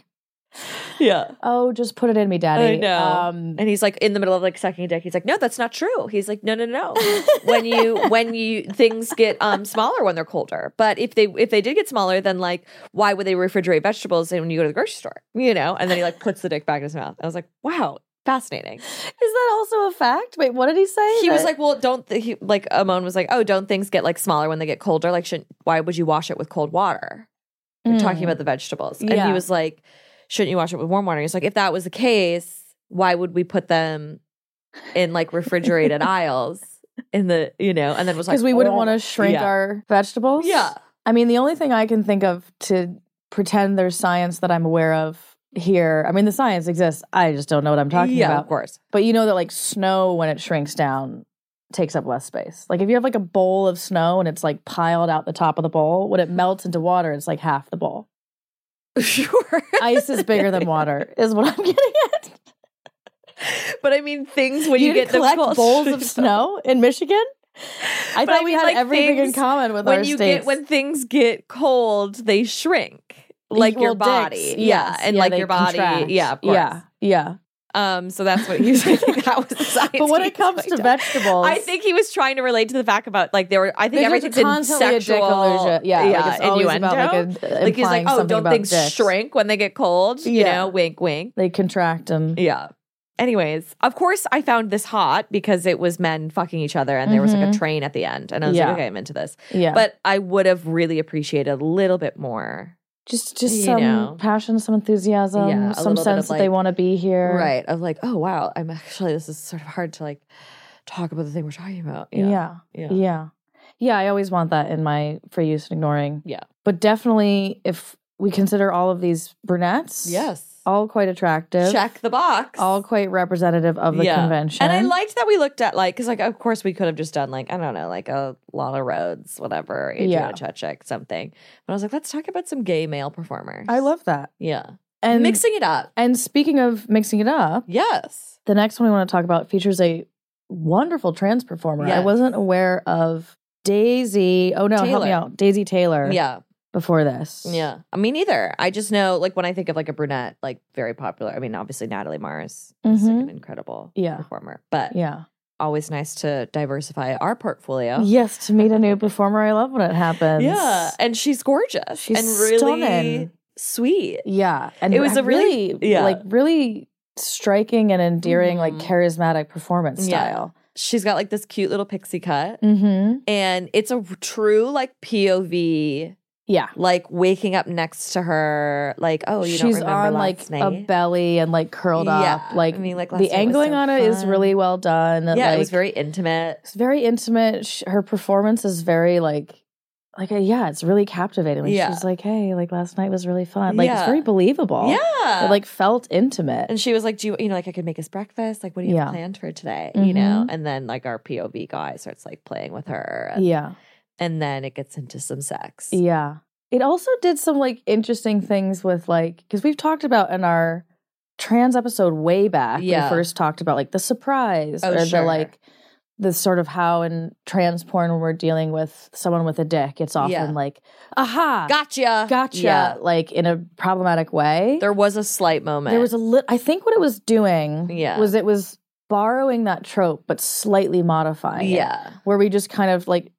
[SPEAKER 3] yeah,
[SPEAKER 4] oh, just put it in me, daddy.
[SPEAKER 3] I know.
[SPEAKER 4] Um,
[SPEAKER 3] and he's like in the middle of like sucking a dick. He's like, no, that's not true. He's like, no, no, no. when you when you things get um smaller when they're colder, but if they if they did get smaller, then like why would they refrigerate vegetables and when you go to the grocery store, you know? And then he like puts the dick back in his mouth. I was like, wow, fascinating.
[SPEAKER 4] is that also a fact? Wait, what did he say?
[SPEAKER 3] He was
[SPEAKER 4] That-
[SPEAKER 3] like, well, don't th- he, like Amon was like, oh, don't things get like smaller when they get colder? Like, should why would you wash it with cold water? We're talking
[SPEAKER 4] Mm.
[SPEAKER 3] about the vegetables. And
[SPEAKER 4] Yeah.
[SPEAKER 3] he was like, shouldn't you wash it with warm water? He's like, if that was the case, why would we put them in like refrigerated aisles in the, you know, and then was like,
[SPEAKER 4] because we wouldn't
[SPEAKER 3] oh.
[SPEAKER 4] want to shrink
[SPEAKER 3] Yeah.
[SPEAKER 4] our vegetables.
[SPEAKER 3] Yeah.
[SPEAKER 4] I mean, the only thing I can think of to pretend there's science that I'm aware of here, I mean, the science exists. I just don't know what I'm talking
[SPEAKER 3] yeah, of
[SPEAKER 4] about.
[SPEAKER 3] course.
[SPEAKER 4] But you know that like snow, when it shrinks down, takes up less space. Like if you have like a bowl of snow and it's like piled out the top of the bowl, when it melts into water, it's like half the bowl.
[SPEAKER 3] sure.
[SPEAKER 4] Ice is bigger than water, is what I'm getting at.
[SPEAKER 3] but I mean, things when you,
[SPEAKER 4] didn't
[SPEAKER 3] get the
[SPEAKER 4] collect
[SPEAKER 3] cold-
[SPEAKER 4] bowls of snow in Michigan. I
[SPEAKER 3] But
[SPEAKER 4] thought
[SPEAKER 3] I
[SPEAKER 4] we
[SPEAKER 3] mean,
[SPEAKER 4] had
[SPEAKER 3] like,
[SPEAKER 4] everything in
[SPEAKER 3] things-
[SPEAKER 4] common with
[SPEAKER 3] when
[SPEAKER 4] our
[SPEAKER 3] you
[SPEAKER 4] states.
[SPEAKER 3] get when things get cold, they shrink like
[SPEAKER 4] Well,
[SPEAKER 3] your body,
[SPEAKER 4] dicks,
[SPEAKER 3] yeah,
[SPEAKER 4] yes.
[SPEAKER 3] and like
[SPEAKER 4] they
[SPEAKER 3] your body,
[SPEAKER 4] contract.
[SPEAKER 3] yeah, of course.
[SPEAKER 4] yeah, yeah.
[SPEAKER 3] Um, so that's what he was. I think that was the science.
[SPEAKER 4] But when
[SPEAKER 3] he
[SPEAKER 4] it comes
[SPEAKER 3] was
[SPEAKER 4] to
[SPEAKER 3] like-
[SPEAKER 4] vegetables,
[SPEAKER 3] I think he was trying to relate to the fact about like there were. I think
[SPEAKER 4] There's
[SPEAKER 3] everything's
[SPEAKER 4] just constantly a
[SPEAKER 3] in
[SPEAKER 4] dick
[SPEAKER 3] sexual.
[SPEAKER 4] illusion. Yeah, like, it's always
[SPEAKER 3] innuendo.
[SPEAKER 4] about, like, a-
[SPEAKER 3] Like, he's like,
[SPEAKER 4] implying
[SPEAKER 3] oh,
[SPEAKER 4] something
[SPEAKER 3] don't
[SPEAKER 4] about
[SPEAKER 3] things
[SPEAKER 4] dicks."
[SPEAKER 3] shrink when they get cold? You
[SPEAKER 4] Yeah.
[SPEAKER 3] know, wink, wink.
[SPEAKER 4] they contract and
[SPEAKER 3] Yeah. Anyways, of course, I found this hot because it was men fucking each other, and there was like a train at the end, and I was
[SPEAKER 4] Mm-hmm. Yeah.
[SPEAKER 3] like, okay, I'm into this.
[SPEAKER 4] yeah.
[SPEAKER 3] But I would have really appreciated a little bit more,
[SPEAKER 4] just just
[SPEAKER 3] you
[SPEAKER 4] some
[SPEAKER 3] know.
[SPEAKER 4] passion, some enthusiasm,
[SPEAKER 3] Yeah, a little
[SPEAKER 4] some
[SPEAKER 3] bit
[SPEAKER 4] sense
[SPEAKER 3] of,
[SPEAKER 4] that they
[SPEAKER 3] like-
[SPEAKER 4] want to be here.
[SPEAKER 3] right? Of like, oh wow, I'm actually this is sort of hard to like talk about the thing we're talking about.
[SPEAKER 4] Yeah.
[SPEAKER 3] Yeah,
[SPEAKER 4] Yeah.
[SPEAKER 3] yeah,
[SPEAKER 4] yeah. I always want that in my for use and ignoring.
[SPEAKER 3] Yeah.
[SPEAKER 4] But definitely if we consider all of these brunettes,
[SPEAKER 3] yes.
[SPEAKER 4] all quite attractive.
[SPEAKER 3] Check the box.
[SPEAKER 4] All quite representative of the
[SPEAKER 3] Yeah.
[SPEAKER 4] convention.
[SPEAKER 3] And I liked that we looked at like because like of course we could have just done like I don't know like a Lana Rhodes whatever Adriana
[SPEAKER 4] Yeah.
[SPEAKER 3] Chechik something, but I was like let's talk about some gay male performers.
[SPEAKER 4] I love that.
[SPEAKER 3] yeah
[SPEAKER 4] And
[SPEAKER 3] mixing it up.
[SPEAKER 4] and speaking of mixing it up,
[SPEAKER 3] Yes,
[SPEAKER 4] the next one we want to talk about features a wonderful trans performer. I
[SPEAKER 3] Yes.
[SPEAKER 4] wasn't aware of Daisy. Oh no, help
[SPEAKER 3] Taylor.
[SPEAKER 4] me out. Daisy Taylor.
[SPEAKER 3] yeah,
[SPEAKER 4] Before this.
[SPEAKER 3] yeah. I mean either. I just know like when I think of like a brunette like very popular. I mean obviously Natalie Mars is like,
[SPEAKER 4] Mhm.
[SPEAKER 3] an incredible
[SPEAKER 4] Yeah.
[SPEAKER 3] performer, but
[SPEAKER 4] Yeah.
[SPEAKER 3] always nice to diversify our portfolio.
[SPEAKER 4] Yes, to meet a new performer. I love when it happens.
[SPEAKER 3] Yeah, and she's gorgeous.
[SPEAKER 4] She's
[SPEAKER 3] and really
[SPEAKER 4] stunning.
[SPEAKER 3] sweet.
[SPEAKER 4] Yeah. And
[SPEAKER 3] It was
[SPEAKER 4] a
[SPEAKER 3] a really- yeah.
[SPEAKER 4] like really striking and endearing,
[SPEAKER 3] Mhm.
[SPEAKER 4] like charismatic performance
[SPEAKER 3] Yeah.
[SPEAKER 4] style.
[SPEAKER 3] She's got like this cute little pixie cut.
[SPEAKER 4] Mm-hmm.
[SPEAKER 3] and it's a true like POV,
[SPEAKER 4] Yeah.
[SPEAKER 3] like waking up next to her, like oh, you don't
[SPEAKER 4] She's
[SPEAKER 3] remember
[SPEAKER 4] on
[SPEAKER 3] last
[SPEAKER 4] like a
[SPEAKER 3] night.
[SPEAKER 4] belly and like curled
[SPEAKER 3] Yeah.
[SPEAKER 4] up. Like
[SPEAKER 3] I mean, like, last
[SPEAKER 4] the
[SPEAKER 3] night was
[SPEAKER 4] angling
[SPEAKER 3] so
[SPEAKER 4] on it is
[SPEAKER 3] fun.
[SPEAKER 4] really well done.
[SPEAKER 3] yeah,
[SPEAKER 4] like,
[SPEAKER 3] it was very intimate.
[SPEAKER 4] it's very intimate. Sh- Her performance is very like like uh, yeah, it's really captivating. Like
[SPEAKER 3] Yeah.
[SPEAKER 4] she's like, hey, like last night was really fun. Like
[SPEAKER 3] Yeah.
[SPEAKER 4] it's very believable.
[SPEAKER 3] Yeah,
[SPEAKER 4] It like felt intimate.
[SPEAKER 3] and she was like, do you, you know, like I could make us breakfast. Like, what do you
[SPEAKER 4] Yeah.
[SPEAKER 3] have
[SPEAKER 4] Mm-hmm.
[SPEAKER 3] planned for today? You know, and then like our POV guy starts like playing with her, and,
[SPEAKER 4] yeah.
[SPEAKER 3] and then it gets into some sex.
[SPEAKER 4] Yeah. It also did some like interesting things with like because we've talked about in our trans episode way back.
[SPEAKER 3] Yeah.
[SPEAKER 4] We first talked about like the surprise
[SPEAKER 3] Oh,
[SPEAKER 4] or
[SPEAKER 3] sure.
[SPEAKER 4] the like the sort of how in trans porn when we're dealing with someone with a dick, it's often
[SPEAKER 3] Yeah.
[SPEAKER 4] like, aha,
[SPEAKER 3] Gotcha,
[SPEAKER 4] gotcha,
[SPEAKER 3] Yeah.
[SPEAKER 4] like in a problematic way.
[SPEAKER 3] There was a slight moment.
[SPEAKER 4] There was a lit I think what it was doing
[SPEAKER 3] Yeah.
[SPEAKER 4] was it was borrowing that trope but slightly modifying it
[SPEAKER 3] yeah,
[SPEAKER 4] where we just kind of like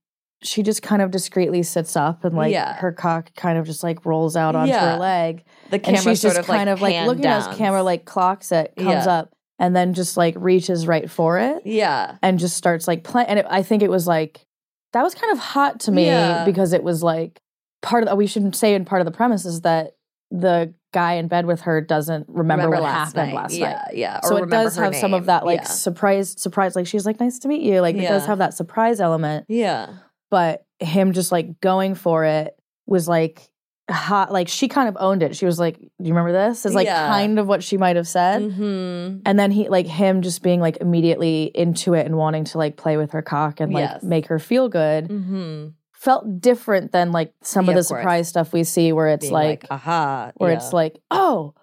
[SPEAKER 4] she just kind of discreetly sits up and like
[SPEAKER 3] Yeah.
[SPEAKER 4] her cock kind of just like rolls out onto
[SPEAKER 3] Yeah.
[SPEAKER 4] her leg
[SPEAKER 3] the
[SPEAKER 4] and
[SPEAKER 3] camera
[SPEAKER 4] she's
[SPEAKER 3] sort
[SPEAKER 4] just
[SPEAKER 3] of
[SPEAKER 4] kind
[SPEAKER 3] like,
[SPEAKER 4] of like
[SPEAKER 3] pan
[SPEAKER 4] looking at
[SPEAKER 3] downs.
[SPEAKER 4] his camera like clocks it comes
[SPEAKER 3] Yeah.
[SPEAKER 4] up and then just like reaches right for it
[SPEAKER 3] yeah,
[SPEAKER 4] and just starts like playing and it, i think it was like that was kind of hot to me
[SPEAKER 3] Yeah.
[SPEAKER 4] because it was like part of the, we shouldn't say in part of the premise is that the guy in bed with her doesn't remember, what happened last
[SPEAKER 3] yeah,
[SPEAKER 4] night
[SPEAKER 3] Yeah, or
[SPEAKER 4] so it
[SPEAKER 3] remember
[SPEAKER 4] does
[SPEAKER 3] her
[SPEAKER 4] have some of
[SPEAKER 3] name.
[SPEAKER 4] that like
[SPEAKER 3] yeah.
[SPEAKER 4] surprise surprise like she's like nice to meet you like it does
[SPEAKER 3] Yeah.
[SPEAKER 4] have that surprise element
[SPEAKER 3] Yeah.
[SPEAKER 4] but him just like going for it was like hot like she kind of owned it she was like do you remember this is like
[SPEAKER 3] Yeah.
[SPEAKER 4] kind of what she might have said
[SPEAKER 3] Mhm.
[SPEAKER 4] and then he like him just being like immediately into it and wanting to like play with her cock and like
[SPEAKER 3] Yes.
[SPEAKER 4] make her feel good
[SPEAKER 3] Mhm.
[SPEAKER 4] felt different than like some
[SPEAKER 3] Yeah,
[SPEAKER 4] of the
[SPEAKER 3] of course.
[SPEAKER 4] surprise stuff we see where it's
[SPEAKER 3] Being
[SPEAKER 4] like,
[SPEAKER 3] aha,
[SPEAKER 4] where
[SPEAKER 3] yeah.
[SPEAKER 4] it's like oh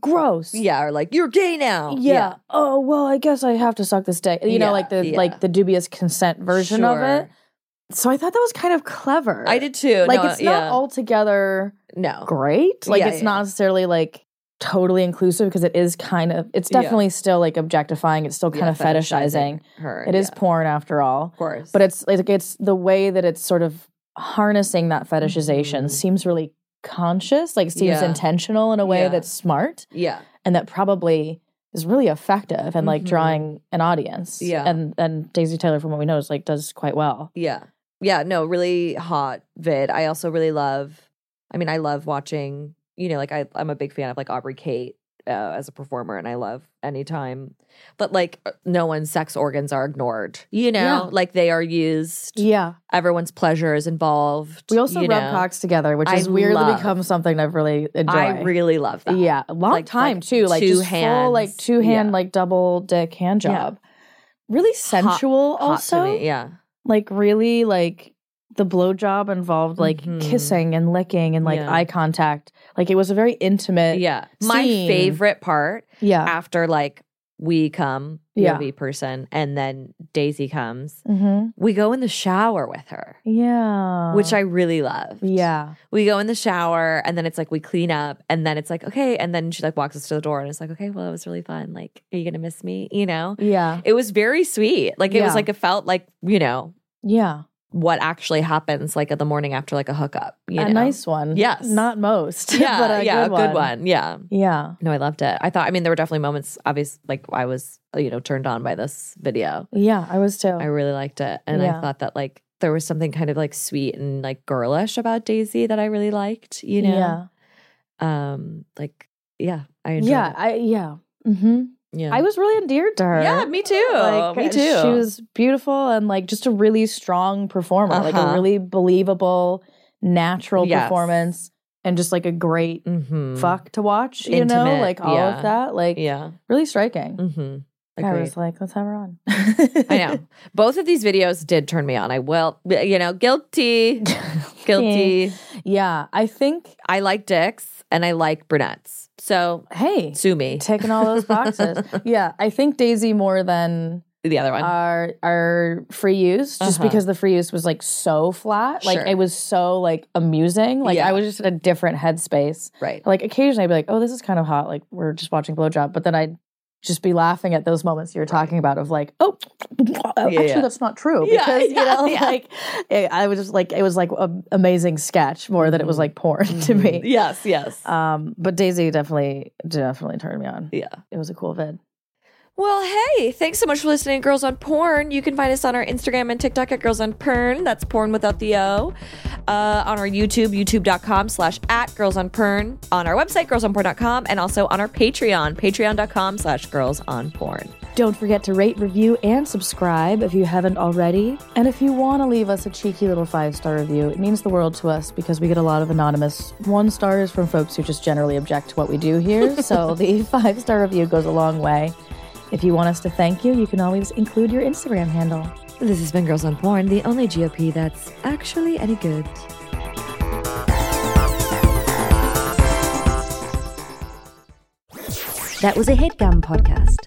[SPEAKER 4] gross
[SPEAKER 3] yeah, or like you're gay now.
[SPEAKER 4] yeah. oh well i guess i have to suck this dick you
[SPEAKER 3] Yeah,
[SPEAKER 4] know like the
[SPEAKER 3] yeah.
[SPEAKER 4] like the dubious consent version of it
[SPEAKER 3] Sure.
[SPEAKER 4] so i thought that was kind of clever
[SPEAKER 3] I did too.
[SPEAKER 4] like
[SPEAKER 3] No,
[SPEAKER 4] it's not
[SPEAKER 3] yeah.
[SPEAKER 4] altogether
[SPEAKER 3] no.
[SPEAKER 4] great like
[SPEAKER 3] Yeah,
[SPEAKER 4] it's
[SPEAKER 3] yeah.
[SPEAKER 4] not necessarily like totally inclusive because it is kind of it's
[SPEAKER 3] Yeah.
[SPEAKER 4] definitely still like objectifying it's still kind
[SPEAKER 3] Yeah,
[SPEAKER 4] of fetishizing,
[SPEAKER 3] her.
[SPEAKER 4] It is
[SPEAKER 3] yeah,
[SPEAKER 4] porn after all
[SPEAKER 3] of course,
[SPEAKER 4] but it's like it's the way that it's sort of harnessing that fetishization
[SPEAKER 3] Mhm.
[SPEAKER 4] seems really conscious like seems
[SPEAKER 3] Yeah.
[SPEAKER 4] intentional in a way
[SPEAKER 3] Yeah.
[SPEAKER 4] that's smart
[SPEAKER 3] yeah,
[SPEAKER 4] and that probably is really effective and like
[SPEAKER 3] Mhm.
[SPEAKER 4] drawing an audience
[SPEAKER 3] Yeah.
[SPEAKER 4] and and daisy taylor from what we know is like does quite well
[SPEAKER 3] yeah, yeah. No, really hot vid. I also really love. I mean, I love watching. You know, like I, I'm a big fan of like Aubrey Kate uh, as a performer, and I love anytime that like uh, no one's sex organs are ignored. You know,
[SPEAKER 4] Yeah.
[SPEAKER 3] like they are used.
[SPEAKER 4] yeah
[SPEAKER 3] everyone's pleasure is involved.
[SPEAKER 4] We also
[SPEAKER 3] you
[SPEAKER 4] rub
[SPEAKER 3] know.
[SPEAKER 4] cocks together, which
[SPEAKER 3] I
[SPEAKER 4] has weirdly
[SPEAKER 3] love-
[SPEAKER 4] become something I've really enjoyed.
[SPEAKER 3] I really love that.
[SPEAKER 4] yeah, a long
[SPEAKER 3] Like-
[SPEAKER 4] time
[SPEAKER 3] like
[SPEAKER 4] too, like
[SPEAKER 3] two
[SPEAKER 4] just full, like
[SPEAKER 3] hands.
[SPEAKER 4] two hand,
[SPEAKER 3] Yeah.
[SPEAKER 4] like double dick hand
[SPEAKER 3] Yeah.
[SPEAKER 4] job. Really sensual,
[SPEAKER 3] Hot to
[SPEAKER 4] also.
[SPEAKER 3] me, yeah,
[SPEAKER 4] Like really, like the blowjob involved like
[SPEAKER 3] Mhm.
[SPEAKER 4] kissing and licking and like
[SPEAKER 3] Yeah.
[SPEAKER 4] eye contact. Like it was a very intimate.
[SPEAKER 3] yeah. My
[SPEAKER 4] uh, Scene.
[SPEAKER 3] favorite part
[SPEAKER 4] yeah.
[SPEAKER 3] after like we come,
[SPEAKER 4] Yeah.
[SPEAKER 3] POV person, and then Daisy comes.
[SPEAKER 4] Mm-hmm.
[SPEAKER 3] We go in the shower with her,
[SPEAKER 4] Yeah.
[SPEAKER 3] which I really love.
[SPEAKER 4] Uh-huh. Yeah.
[SPEAKER 3] We go in the shower and then it's like we clean up and then it's like, okay. And then she like walks us to the door and it's like, okay, well, it was really fun. Like, are you going to miss me? You know?
[SPEAKER 4] Yeah.
[SPEAKER 3] It was very sweet. Like, it
[SPEAKER 4] Yeah.
[SPEAKER 3] was like, it felt like, you know,
[SPEAKER 4] Yeah.
[SPEAKER 3] what actually happens like at the morning after like a hookup. You
[SPEAKER 4] a
[SPEAKER 3] know?
[SPEAKER 4] nice one.
[SPEAKER 3] Yes.
[SPEAKER 4] Not most.
[SPEAKER 3] Yeah.
[SPEAKER 4] but a
[SPEAKER 3] yeah.
[SPEAKER 4] good
[SPEAKER 3] a good one. Yeah.
[SPEAKER 4] Yeah.
[SPEAKER 3] No, I loved it. I thought, I mean, there were definitely moments, obvious, like I was, you know, turned on by this video.
[SPEAKER 4] Yeah. I was too.
[SPEAKER 3] I really liked it. And
[SPEAKER 4] Oh. Yeah.
[SPEAKER 3] I thought that like there was something kind of like sweet and like girlish about Daisy that I really liked, you know?
[SPEAKER 4] Yeah.
[SPEAKER 3] Um, like, yeah, I enjoyed
[SPEAKER 4] Yeah.
[SPEAKER 3] it.
[SPEAKER 4] I, yeah. hmm
[SPEAKER 3] Yeah.
[SPEAKER 4] I was really endeared to her.
[SPEAKER 3] Yeah, me too.
[SPEAKER 4] Like, uh,
[SPEAKER 3] me too.
[SPEAKER 4] She was beautiful and like just a really strong performer, like a
[SPEAKER 3] Uh-huh.
[SPEAKER 4] really believable, natural
[SPEAKER 3] Yes.
[SPEAKER 4] performance, and just like a great
[SPEAKER 3] Mhm.
[SPEAKER 4] fuck to watch. You know,
[SPEAKER 3] Intimate,
[SPEAKER 4] like all
[SPEAKER 3] yeah.
[SPEAKER 4] of that, like
[SPEAKER 3] Yeah.
[SPEAKER 4] really striking.
[SPEAKER 3] Mm-hmm.
[SPEAKER 4] I
[SPEAKER 3] Agreed.
[SPEAKER 4] was like, let's have her on.
[SPEAKER 3] I know. Both of these videos did turn me on. I will, you know, guilty, guilty.
[SPEAKER 4] yeah, I think.
[SPEAKER 3] I like dicks and I like brunettes. So
[SPEAKER 4] Hey,
[SPEAKER 3] sue me.
[SPEAKER 4] ticking all those boxes. yeah, I think Daisy more than
[SPEAKER 3] the other one.
[SPEAKER 4] our our free use, just
[SPEAKER 3] Uh-huh.
[SPEAKER 4] because the free use was like so flat, like
[SPEAKER 3] Sure.
[SPEAKER 4] it was so like amusing. Like
[SPEAKER 3] Yeah.
[SPEAKER 4] I was just in a different headspace.
[SPEAKER 3] right.
[SPEAKER 4] Like occasionally I'd be like, oh, this is kind of hot. Like we're just watching blowjob, but then I'd just be laughing at those moments you were talking about of like, oh, actually
[SPEAKER 3] yeah.
[SPEAKER 4] that's not true
[SPEAKER 3] Yeah,
[SPEAKER 4] because you
[SPEAKER 3] yeah,
[SPEAKER 4] know
[SPEAKER 3] yeah.
[SPEAKER 4] like it, I was just like it was like an amazing sketch more than it
[SPEAKER 3] Mm-hmm.
[SPEAKER 4] was like porn to me.
[SPEAKER 3] Yes, yes.
[SPEAKER 4] Um, but Daisy definitely definitely turned me on.
[SPEAKER 3] yeah.
[SPEAKER 4] It was a cool vid.
[SPEAKER 3] Well, hey, thanks so much for listening, to Girls on Porn. You can find us on our Instagram and TikTok at Girls on Pern. That's porn without the O. Uh, on our YouTube, youtube.com slash at Girls on Pern. On our website, girlsonporn.com. And also on our Patreon, patreon.com slash Girls on Porn.
[SPEAKER 4] Don't forget to rate, review, and subscribe if you haven't already. And if you want to leave us a cheeky little five star review, it means the world to us because we get a lot of anonymous one stars from folks who just generally object to what we do here. so the five star review goes a long way. If you want us to thank you, you can always include your Instagram handle.
[SPEAKER 3] This has been Girls on Porn, the only GOP that's actually any good.
[SPEAKER 7] That was a headgum podcast.